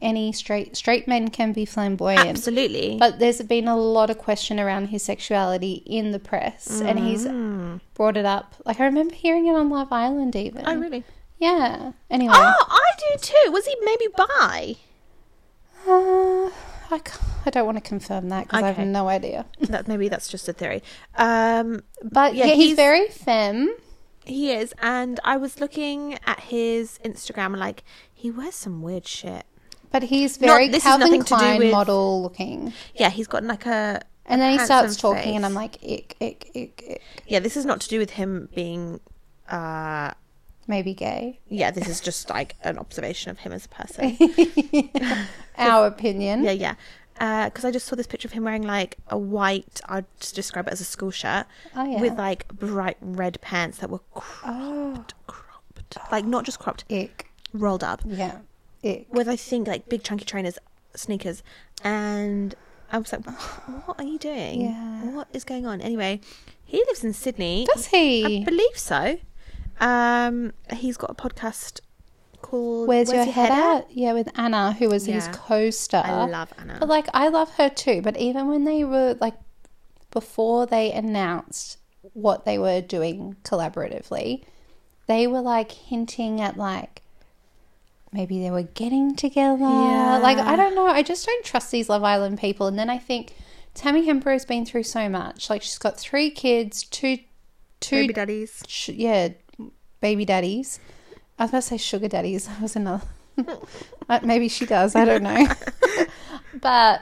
Speaker 1: any straight straight men can be flamboyant,
Speaker 2: Absolutely.
Speaker 1: but there's been a lot of question around his sexuality in the press, and
Speaker 2: Mm.
Speaker 1: he's brought it up. Like I remember hearing it on Love Island, even.
Speaker 2: oh, really?
Speaker 1: yeah. Anyway,
Speaker 2: Oh, I do too. Was he maybe bi?
Speaker 1: uh, I ca- I don't want to confirm that because I
Speaker 2: Okay.
Speaker 1: have no idea.
Speaker 2: That maybe that's just a theory. Um,
Speaker 1: But
Speaker 2: Yeah,
Speaker 1: yeah, he's,
Speaker 2: he's-
Speaker 1: very femme.
Speaker 2: he is, and I was looking at his Instagram, and like he wears some weird shit.
Speaker 1: But he's very
Speaker 2: this is
Speaker 1: Calvin
Speaker 2: nothing to do
Speaker 1: Klein
Speaker 2: with-
Speaker 1: model looking.
Speaker 2: Yeah, he's got like a.
Speaker 1: And then he
Speaker 2: handsome
Speaker 1: starts talking, and
Speaker 2: face.
Speaker 1: I'm like, ick, ick, ick, ick.
Speaker 2: yeah, this is not to do with him being. Uh,
Speaker 1: Maybe gay.
Speaker 2: yeah, this is just like an observation of him as a person.
Speaker 1: Our opinion.
Speaker 2: Yeah, yeah. Because I just saw this picture of him wearing like a white, I'd just describe it as a school shirt,
Speaker 1: Oh, yeah.
Speaker 2: with uh, like bright red pants that were cropped,
Speaker 1: Oh.
Speaker 2: cropped, like not just cropped,
Speaker 1: Ick.
Speaker 2: rolled up,
Speaker 1: Yeah. Ick.
Speaker 2: with I think like big chunky trainers, sneakers, and I was like, what are you doing?
Speaker 1: Oh. Yeah.
Speaker 2: What is going on? Anyway, he lives in Sydney.
Speaker 1: Does he?
Speaker 2: I believe so. Um, he's got a podcast called
Speaker 1: Where's, your, head, at? Yeah, with Anna, who was his
Speaker 2: Yeah.
Speaker 1: co-star.
Speaker 2: I love Anna.
Speaker 1: But like, I love her too. But even when they were like, before they announced what they were doing collaboratively, they were like hinting at like. Maybe they were getting together.
Speaker 2: Yeah.
Speaker 1: Like, I don't know. I just don't trust these Love Island people. And then I think Tammy Hemper's been through so much. Like, she's got three kids, two, two
Speaker 2: Baby Daddies.
Speaker 1: sh- yeah, baby daddies. I was about to say sugar daddies. That was another. Uh, Maybe she does. I don't know. but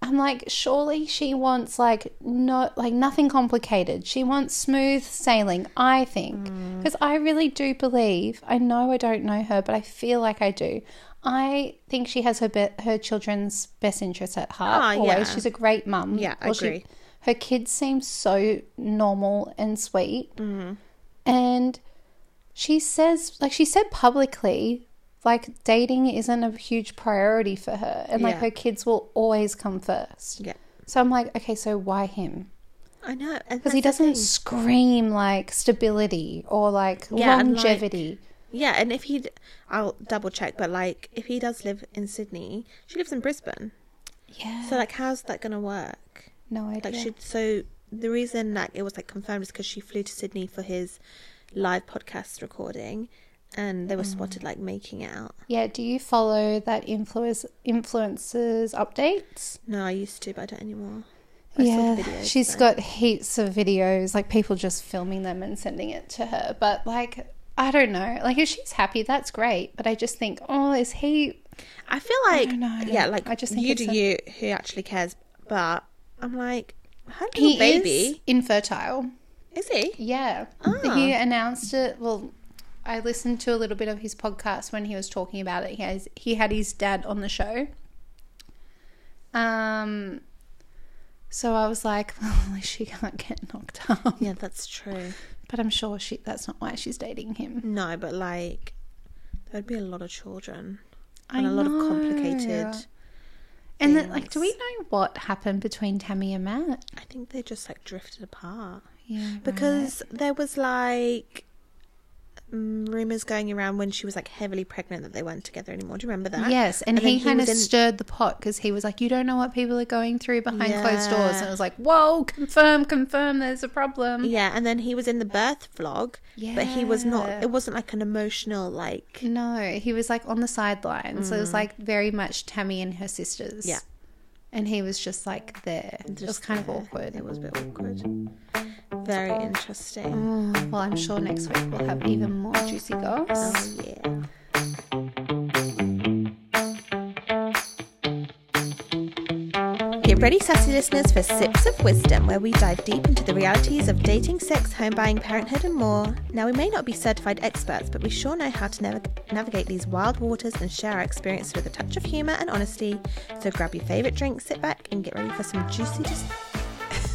Speaker 1: I'm like, surely she wants like not like nothing complicated. She wants smooth sailing. I think
Speaker 2: Mm.
Speaker 1: because I really do believe. I know I don't know her, but I feel like I do. I think she has her be- her children's best interests at heart.
Speaker 2: Ah,
Speaker 1: always,
Speaker 2: yeah.
Speaker 1: she's a great mum.
Speaker 2: Yeah, I
Speaker 1: Well, she-
Speaker 2: agree.
Speaker 1: her kids seem so normal and sweet, and she says like she said publicly like dating isn't a huge priority for her and like
Speaker 2: Yeah.
Speaker 1: her kids will always come first
Speaker 2: Yeah.
Speaker 1: so i'm like okay so why him
Speaker 2: I know.
Speaker 1: because he doesn't scream like stability or like
Speaker 2: Yeah, and, like-
Speaker 1: longevity
Speaker 2: Yeah, and if he, I'll double check, but like if he does live in Sydney, she lives in Brisbane.
Speaker 1: yeah
Speaker 2: So like, how's that gonna work?
Speaker 1: no idea
Speaker 2: Like, she so the reason like it was like confirmed is because she flew to Sydney for his live podcast recording, and they were
Speaker 1: Mm.
Speaker 2: spotted like making out.
Speaker 1: yeah do you follow that influence influences updates
Speaker 2: No, I used to, but I don't anymore. I saw the
Speaker 1: Yeah,
Speaker 2: videos,
Speaker 1: she's
Speaker 2: but-
Speaker 1: got heaps of videos, like people just filming them and sending it to her. But like, I don't know. Like, if she's happy, that's great. But I just think, oh, is he?
Speaker 2: I feel like
Speaker 1: know.
Speaker 2: yeah, like
Speaker 1: I just think
Speaker 2: you
Speaker 1: it's
Speaker 2: do
Speaker 1: a-
Speaker 2: you who actually cares, but I'm like, how do
Speaker 1: He
Speaker 2: you baby?
Speaker 1: is infertile.
Speaker 2: Is, he?
Speaker 1: Yeah,
Speaker 2: Ah.
Speaker 1: he announced it. Well, I listened to a little bit of his podcast when he was talking about it. He has he had his dad on the show. Um, so I was like, well, at least she can't get knocked up.
Speaker 2: Yeah, that's true.
Speaker 1: But I'm sure she that's not why she's dating him.
Speaker 2: No, but like there'd be a lot of children
Speaker 1: I
Speaker 2: and a lot
Speaker 1: know.
Speaker 2: of complicated.
Speaker 1: And then, like, do we
Speaker 2: things.
Speaker 1: know what happened between Tammy and Matt?
Speaker 2: I think they just like drifted apart
Speaker 1: Yeah,
Speaker 2: because there was like mm, rumors going around when she was like heavily pregnant that they weren't together anymore. Do you remember that?
Speaker 1: yes, and,
Speaker 2: then
Speaker 1: he, kind of
Speaker 2: was in-
Speaker 1: stirred the pot because he was like, "You don't know what people are going through behind closed doors," and
Speaker 2: Yeah.
Speaker 1: it was like, "Whoa, confirm, confirm, there's a problem."
Speaker 2: Yeah, and then he was in the birth vlog, but he was not.
Speaker 1: Yeah.
Speaker 2: It wasn't like an emotional like.
Speaker 1: No, he was like on the sidelines. So it was like very much Tammy and her sisters.
Speaker 2: Mm. Yeah.
Speaker 1: and he was just like there. it was
Speaker 2: just Mm.
Speaker 1: kind
Speaker 2: there.
Speaker 1: of awkward.
Speaker 2: It was a bit awkward. Very interesting.
Speaker 1: Mm, well, I'm sure next week we'll have even more
Speaker 2: Mm.
Speaker 1: juicy goss.
Speaker 2: Oh yeah. Get ready, sassy listeners, for Sips of Wisdom, where we dive deep into the realities of dating, sex, home buying, parenthood, and more. Now, we may not be certified experts, but we sure know how to nav- navigate these wild waters and share our experience with a touch of humour and honesty. So, grab your favourite drink, sit back, and get ready for some juicy dis-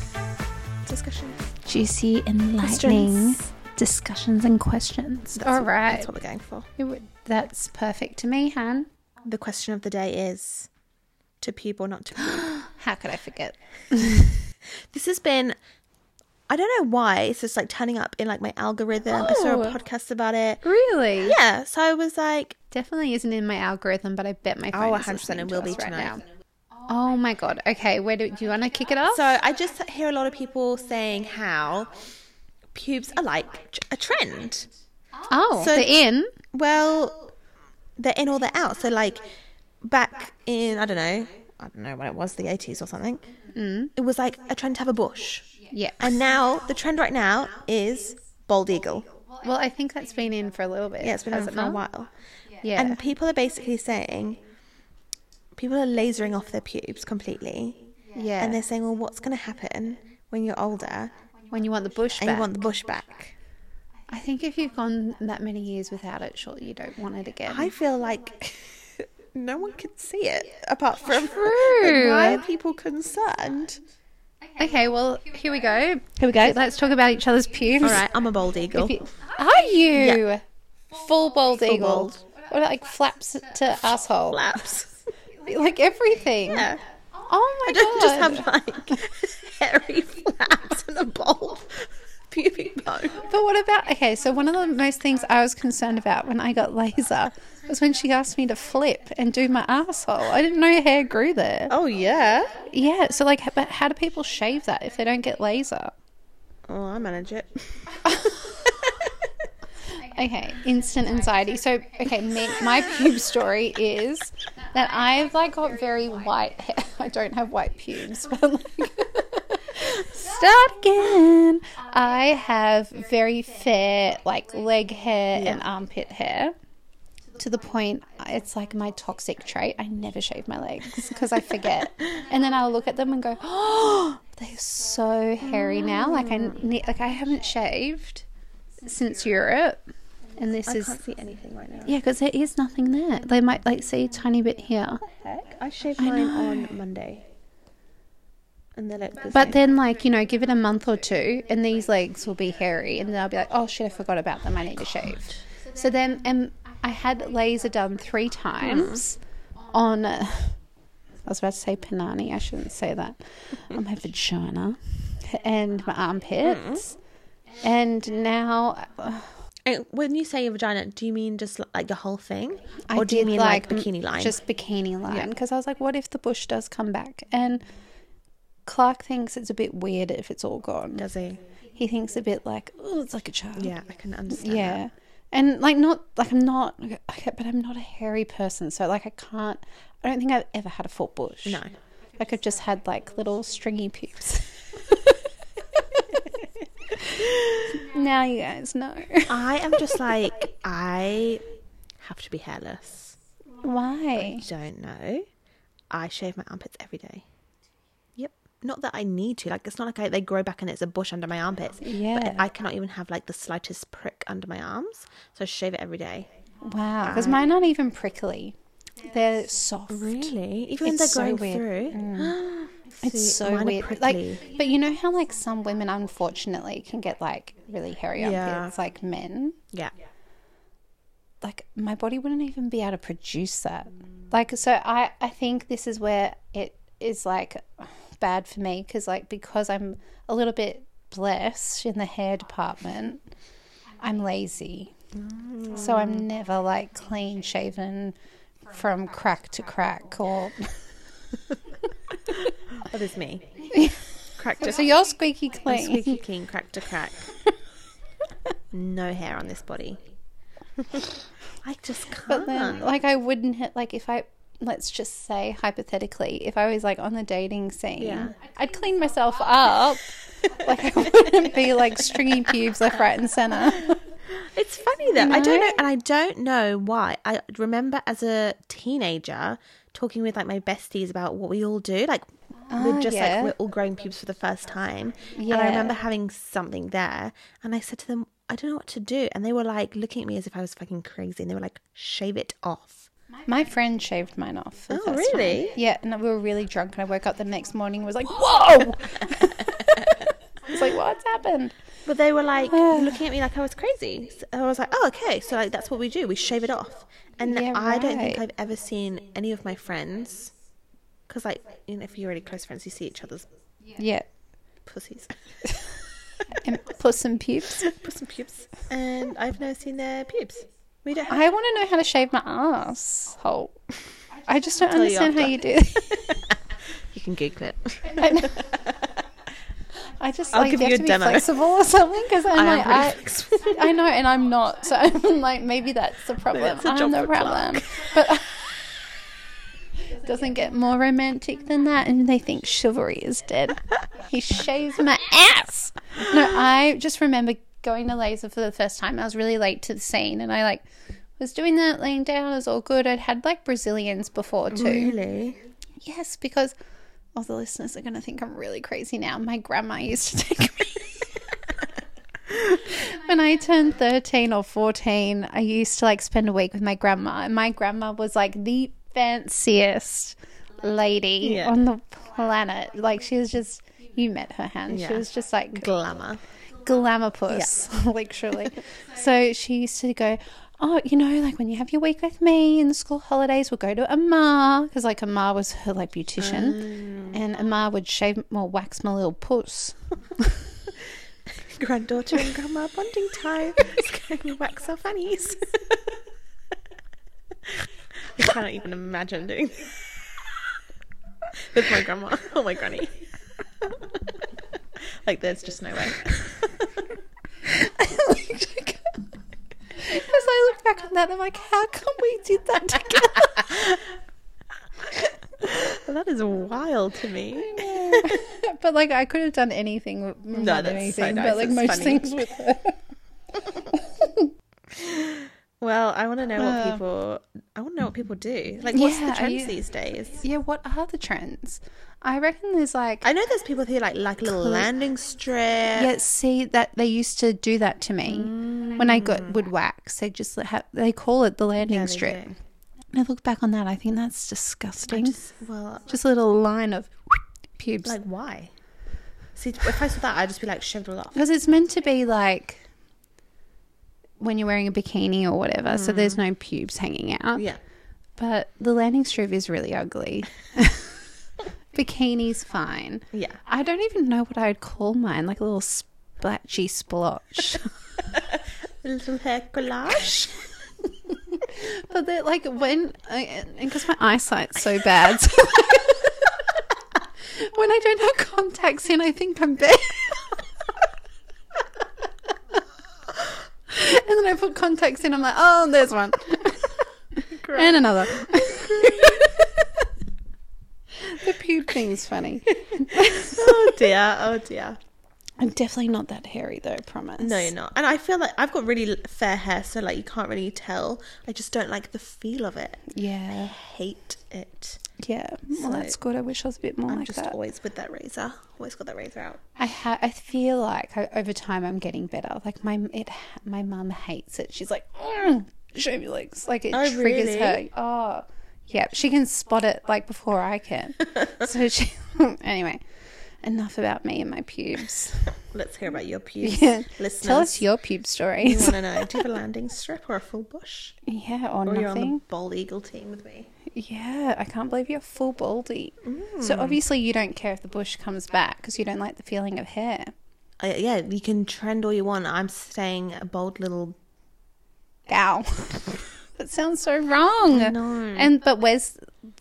Speaker 2: discussions.
Speaker 1: Juicy, enlightening
Speaker 2: Questions.
Speaker 1: discussions and questions.
Speaker 2: That's
Speaker 1: All
Speaker 2: what-
Speaker 1: right.
Speaker 2: That's what we're going for.
Speaker 1: It would- That's perfect to me, Han.
Speaker 2: The question of the day is to pube or not to pube?
Speaker 1: How could I forget?
Speaker 2: This has been I don't know why, it's just like turning up in like my algorithm. I saw a
Speaker 1: Oh.
Speaker 2: podcast about it.
Speaker 1: Really?
Speaker 2: Yeah. So I was like,
Speaker 1: Definitely isn't in my algorithm, but I bet my phone
Speaker 2: Oh,
Speaker 1: is
Speaker 2: 100%
Speaker 1: listening
Speaker 2: it
Speaker 1: to
Speaker 2: will be
Speaker 1: us right
Speaker 2: tonight.
Speaker 1: now. Oh my god. Okay, where do, do you want to kick it off?
Speaker 2: so I just hear a lot of people saying how pubes are like a trend.
Speaker 1: oh,
Speaker 2: so-
Speaker 1: the in.
Speaker 2: Well, they're in or they're out. So like back in I don't know, I don't know when it was, the 80s or something. Mm. It was like a trend to have a bush.
Speaker 1: Yeah.
Speaker 2: And now the trend right now is bald eagle.
Speaker 1: well, I think that's been in for a little bit.
Speaker 2: Yeah, it's been
Speaker 1: has
Speaker 2: around
Speaker 1: it
Speaker 2: for a
Speaker 1: not?
Speaker 2: while.
Speaker 1: Yeah.
Speaker 2: And people are basically saying, people are lasering off their pubes completely.
Speaker 1: yeah.
Speaker 2: And they're saying, well, what's going to happen when you're older
Speaker 1: when you want the bush
Speaker 2: and
Speaker 1: back.
Speaker 2: you want the bush back?
Speaker 1: I think if you've gone that many years without it, sure you don't want it again.
Speaker 2: I feel like no one can see it apart from. like,
Speaker 1: True.
Speaker 2: why are people concerned?
Speaker 1: okay, well, here we go. Here we go. Let's talk about each other's pubes.
Speaker 2: All right, I'm a bald eagle.
Speaker 1: You- Are you full bald eagle?
Speaker 2: bald.
Speaker 1: Or like flaps to asshole?
Speaker 2: Flaps.
Speaker 1: Like everything.
Speaker 2: Yeah.
Speaker 1: Oh my
Speaker 2: I don't just
Speaker 1: god.
Speaker 2: have like hairy flaps and a bald pubic bone.
Speaker 1: But what about okay, so one of the most things I was concerned about when I got laser was when she asked me to flip and do my asshole. I didn't know hair grew there.
Speaker 2: Oh, yeah.
Speaker 1: Yeah, so like h- but how do people shave that if they don't get laser?
Speaker 2: Oh, I manage it.
Speaker 1: Okay, instant anxiety. So, okay, me, my pube story is that I've like got very white hair. I don't have white pubes, but like, start again. I have very fair, like leg hair and armpit hair to the point it's like my toxic trait. I never shave my legs because I forget. and then I'll look at them and go, oh, they're so hairy now. Like I, ne- like I haven't shaved since Europe. And this is,
Speaker 2: see anything right now.
Speaker 1: yeah, because there is nothing there. They might like see a tiny bit here.
Speaker 2: Heck, I shaved mine on Monday, and they look. The
Speaker 1: But then, like, you know, give it a month or two, and these legs will be hairy, and they'll be like, oh shit, I forgot about them. I need to shave. So then, um, I had laser done three times on. Uh, I was about to say panani. I shouldn't say that. on my vagina and my armpits, and now uh,
Speaker 2: And when you say your vagina, do you mean just like the whole thing,
Speaker 1: I
Speaker 2: or do you
Speaker 1: did,
Speaker 2: mean like,
Speaker 1: m-
Speaker 2: bikini line?
Speaker 1: Just bikini line, because I was like, what if the bush does come back? And Clark thinks it's a bit weird if it's all gone.
Speaker 2: does he?
Speaker 1: he thinks a bit like, oh, it's like a child.
Speaker 2: Yeah, I can understand.
Speaker 1: Yeah. And like, not like I'm not, okay, but I'm not a hairy person. So like, I can't, I don't think I've ever had a full bush.
Speaker 2: No.
Speaker 1: Like, I've just had like little stringy pubes. now you guys know.
Speaker 2: I am just like I have to be hairless.
Speaker 1: Why?
Speaker 2: Don't know. I shave my armpits every day. Yep. Not that I need to. Like it's not like I, they grow back and it's a bush under my armpits.
Speaker 1: Yeah.
Speaker 2: But I cannot even have like the slightest prick under my arms, so I shave it every day.
Speaker 1: Wow. Because mine aren't even prickly, they're soft.
Speaker 2: Really? Even when they're
Speaker 1: It's so
Speaker 2: growing
Speaker 1: weird.
Speaker 2: through. Mm.
Speaker 1: It's so
Speaker 2: mine are
Speaker 1: weird.
Speaker 2: prickly.
Speaker 1: Like, but you know how like some women unfortunately can get like really hairy armpits,
Speaker 2: Yeah.
Speaker 1: like men.
Speaker 2: yeah.
Speaker 1: Like my body wouldn't even be able to produce that. Like, so I I think this is where it is like bad for me because like because I'm a little bit blessed in the hair department, I'm lazy, so I'm never like clean shaven from crack to crack or.
Speaker 2: That is Oh, me. crack to
Speaker 1: So you're squeaky
Speaker 2: I'm
Speaker 1: clean.
Speaker 2: squeaky clean, crack to crack. no hair on this body. I just can't.
Speaker 1: But then,
Speaker 2: Ah.
Speaker 1: like, I wouldn't hit, like, if I, let's just say hypothetically, if I was, like, on the dating scene,
Speaker 2: Yeah.
Speaker 1: I'd clean myself up. like, I wouldn't be, like, stringy pubes left, right, and center.
Speaker 2: It's funny though. I don't
Speaker 1: No?
Speaker 2: know, and I don't know why. I remember as a teenager talking with like my besties about what we all do. Like
Speaker 1: Ah,
Speaker 2: we're just
Speaker 1: yeah.
Speaker 2: like we're all growing pubes for the first time. And
Speaker 1: Yeah.
Speaker 2: I remember having something there, and I said to them, "I don't know what to do," and they were like looking at me as if I was fucking crazy, and they were like, "Shave it off."
Speaker 1: My friend shaved mine off. for the
Speaker 2: Oh,
Speaker 1: first time.
Speaker 2: really?
Speaker 1: Yeah, and we were really drunk, and I woke up the next morning and was like, whoa! I was like, what's happened?
Speaker 2: But they were like looking at me like I was crazy. So I was like, "Oh, okay." So like that's what we do. We shave it off. And
Speaker 1: Yeah,
Speaker 2: I don't think
Speaker 1: right.
Speaker 2: I've ever seen any of my friends, because like you know, if you're really close friends, you see each other's
Speaker 1: Yeah.
Speaker 2: pussies.
Speaker 1: And plus some pubes.
Speaker 2: Put some pubes. And I've never seen their pubes. We don't have
Speaker 1: I want to know how to shave my ass. Hole. I just don't
Speaker 2: Tell you
Speaker 1: understand how
Speaker 2: after.
Speaker 1: you do this.
Speaker 2: You can Google it.
Speaker 1: I know. I just
Speaker 2: I'll
Speaker 1: like
Speaker 2: give
Speaker 1: you
Speaker 2: you
Speaker 1: have to
Speaker 2: a
Speaker 1: be
Speaker 2: demo.
Speaker 1: flexible or something because I'm
Speaker 2: I am
Speaker 1: like
Speaker 2: pretty
Speaker 1: I,
Speaker 2: flexible.
Speaker 1: I know and I'm not so I'm like maybe that's the problem
Speaker 2: that's a
Speaker 1: I'm
Speaker 2: job
Speaker 1: the
Speaker 2: for
Speaker 1: problem
Speaker 2: Clark.
Speaker 1: but doesn't get more romantic than that and they think chivalry is dead he shaves my ass no I just remember going to laser for the first time I was really late to the scene and I like was doing that laying down it was all good I'd had like Brazilians before too
Speaker 2: Mm-hmm. Really?
Speaker 1: Yes, because all the listeners are going to think I'm really crazy now. My grandma used to take me. when I turned 13 or 14, I used to like spend a week with my grandma, and my grandma was like the fanciest lady
Speaker 2: Yeah.
Speaker 1: on the planet. Like, she was just, you met her hand. She
Speaker 2: Yeah.
Speaker 1: was just like
Speaker 2: Glamour.
Speaker 1: glamour puss, literally. so she used to go, Oh, you know, like when you have your week with me in the school holidays, we'll go to Amar because like Amar was her like beautician,
Speaker 2: Oh.
Speaker 1: and Amar would shave, well, wax my little puss.
Speaker 2: Granddaughter and grandma bonding time. Scaring wax off annies. I cannot even imagine doing this. With my grandma or my granny. like there's just no way.
Speaker 1: As I look back on that, I'm like, how come we did that together?
Speaker 2: That is wild to me.
Speaker 1: but like I could have done anything. with-
Speaker 2: No,
Speaker 1: not
Speaker 2: that's so
Speaker 1: anything,
Speaker 2: nice.
Speaker 1: but like
Speaker 2: That's
Speaker 1: most
Speaker 2: funny.
Speaker 1: things with her.
Speaker 2: Well, I want to know what
Speaker 1: Uh,
Speaker 2: people. I want to know what people do. Like, what's
Speaker 1: Yeah,
Speaker 2: the
Speaker 1: are
Speaker 2: trends
Speaker 1: you-
Speaker 2: these days?
Speaker 1: Yeah, what are the trends? I reckon there's like
Speaker 2: I know there's people who like like little landing strip.
Speaker 1: yeah. See that they used to do that to me when I got wood wax. They just have they call it the landing
Speaker 2: Mm. Yeah, they
Speaker 1: strip.
Speaker 2: do.
Speaker 1: And I look back on that, I think that's
Speaker 2: I
Speaker 1: disgusting. Just,
Speaker 2: just well,
Speaker 1: a little line of pubes
Speaker 2: like why? See, if I saw that, I'd just be like shoved it off.
Speaker 1: because it's meant to be like when you're wearing a bikini or whatever. So there's no pubes hanging out.
Speaker 2: Mm. Yeah,
Speaker 1: But the landing strip is really ugly. Bikini's fine.
Speaker 2: yeah.
Speaker 1: I don't even know what I would call mine, like a little splatchy splotch.
Speaker 2: A little hair collage.
Speaker 1: but they're like when, because my eyesight's so bad, so when I don't have contacts in, I think I'm bad. and then I put contacts in, I'm like, oh, there's one. and another. the pube thing's funny.
Speaker 2: oh dear, oh dear.
Speaker 1: I'm definitely not that hairy though, I promise.
Speaker 2: No, you're not. And I feel like I've got really fair hair, so like you can't really tell. I just don't like the feel of it.
Speaker 1: Yeah.
Speaker 2: Hate it.
Speaker 1: Yeah. Well, that's good. I wish I was a bit more
Speaker 2: I'm
Speaker 1: like
Speaker 2: just
Speaker 1: that.
Speaker 2: always with that razor. Always got that razor out.
Speaker 1: I ha- I feel like I, over time I'm getting better. Like my it my mum hates it. She's like, "Mm, show me legs. Like it
Speaker 2: Oh,
Speaker 1: triggers her.
Speaker 2: really?
Speaker 1: Oh, yeah. She can spot it like before I can. so she anyway. Enough about me and my pubes.
Speaker 2: Let's hear about your pubes.
Speaker 1: Yeah.
Speaker 2: Listeners,
Speaker 1: Tell us your pube stories.
Speaker 2: want to know. Do you have a landing strip or a full bush?
Speaker 1: yeah, or,
Speaker 2: Or you're on
Speaker 1: nothing.
Speaker 2: the bald eagle team with me.
Speaker 1: Yeah, I can't believe you're full baldy. So obviously you don't care if the bush comes back because you don't like the feeling of hair.
Speaker 2: Uh, yeah, you can trend all you want. I'm staying a bold little.
Speaker 1: Ow. that sounds so wrong.
Speaker 2: know.
Speaker 1: And but where's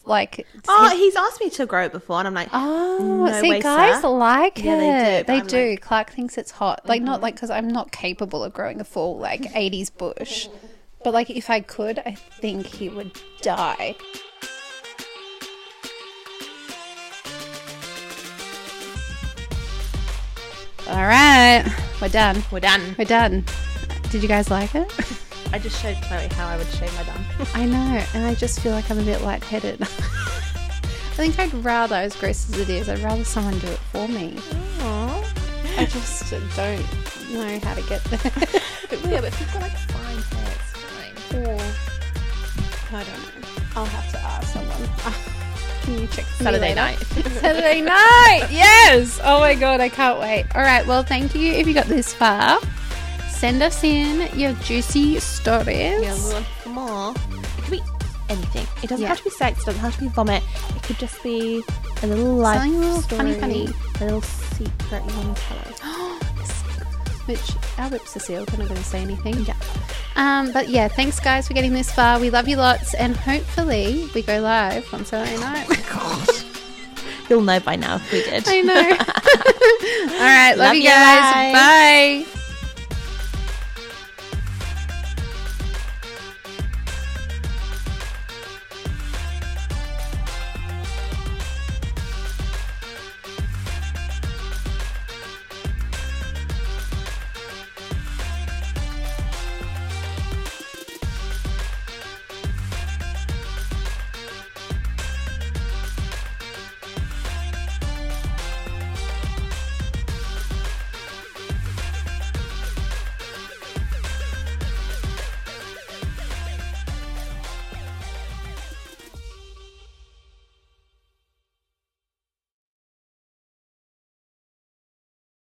Speaker 1: like
Speaker 2: Oh, he's asked me to grow it before, and I'm like,
Speaker 1: Oh,
Speaker 2: No
Speaker 1: see,
Speaker 2: way,
Speaker 1: guys
Speaker 2: sir.
Speaker 1: like it.
Speaker 2: Yeah, they do, but
Speaker 1: They
Speaker 2: I'm
Speaker 1: do. Clark thinks it's hot. Like, not like because I'm not capable of growing a full, like, 80s bush. But, like, if I could, I think he would die. All right. We're done.
Speaker 2: we're done.
Speaker 1: We're done. Did you guys like it?
Speaker 2: I just showed Chloe how I would shave my done.
Speaker 1: I know, and I just feel like I'm a bit lightheaded. I think I'd rather, as gross as it is, I'd rather someone do it for me. I just don't know how to get there.
Speaker 2: But yeah, but if you've got like fine hair, it's fine.
Speaker 1: I don't know. I'll have to ask someone. Can you check for me later?
Speaker 2: Saturday night.
Speaker 1: Saturday night. Yes. Oh my god, I can't wait. All right. Well, thank you if you got this far. Send us in your juicy stories.
Speaker 2: more. It could be anything. It doesn't
Speaker 1: Yeah.
Speaker 2: have to be sex. It doesn't have to be vomit. It could just be a little life
Speaker 1: Something a little
Speaker 2: story,
Speaker 1: funny, funny.
Speaker 2: a little secret you want to tell us.
Speaker 1: which our lips are sealed. We're not going to say anything. Yeah. Um, but yeah, thanks guys for getting this far. We love you lots, and hopefully we go live on Saturday night.
Speaker 2: You'll know by now if we did.
Speaker 1: I know. All right, love,
Speaker 2: Love
Speaker 1: you
Speaker 2: ya,
Speaker 1: guys.
Speaker 2: guys.
Speaker 1: Bye.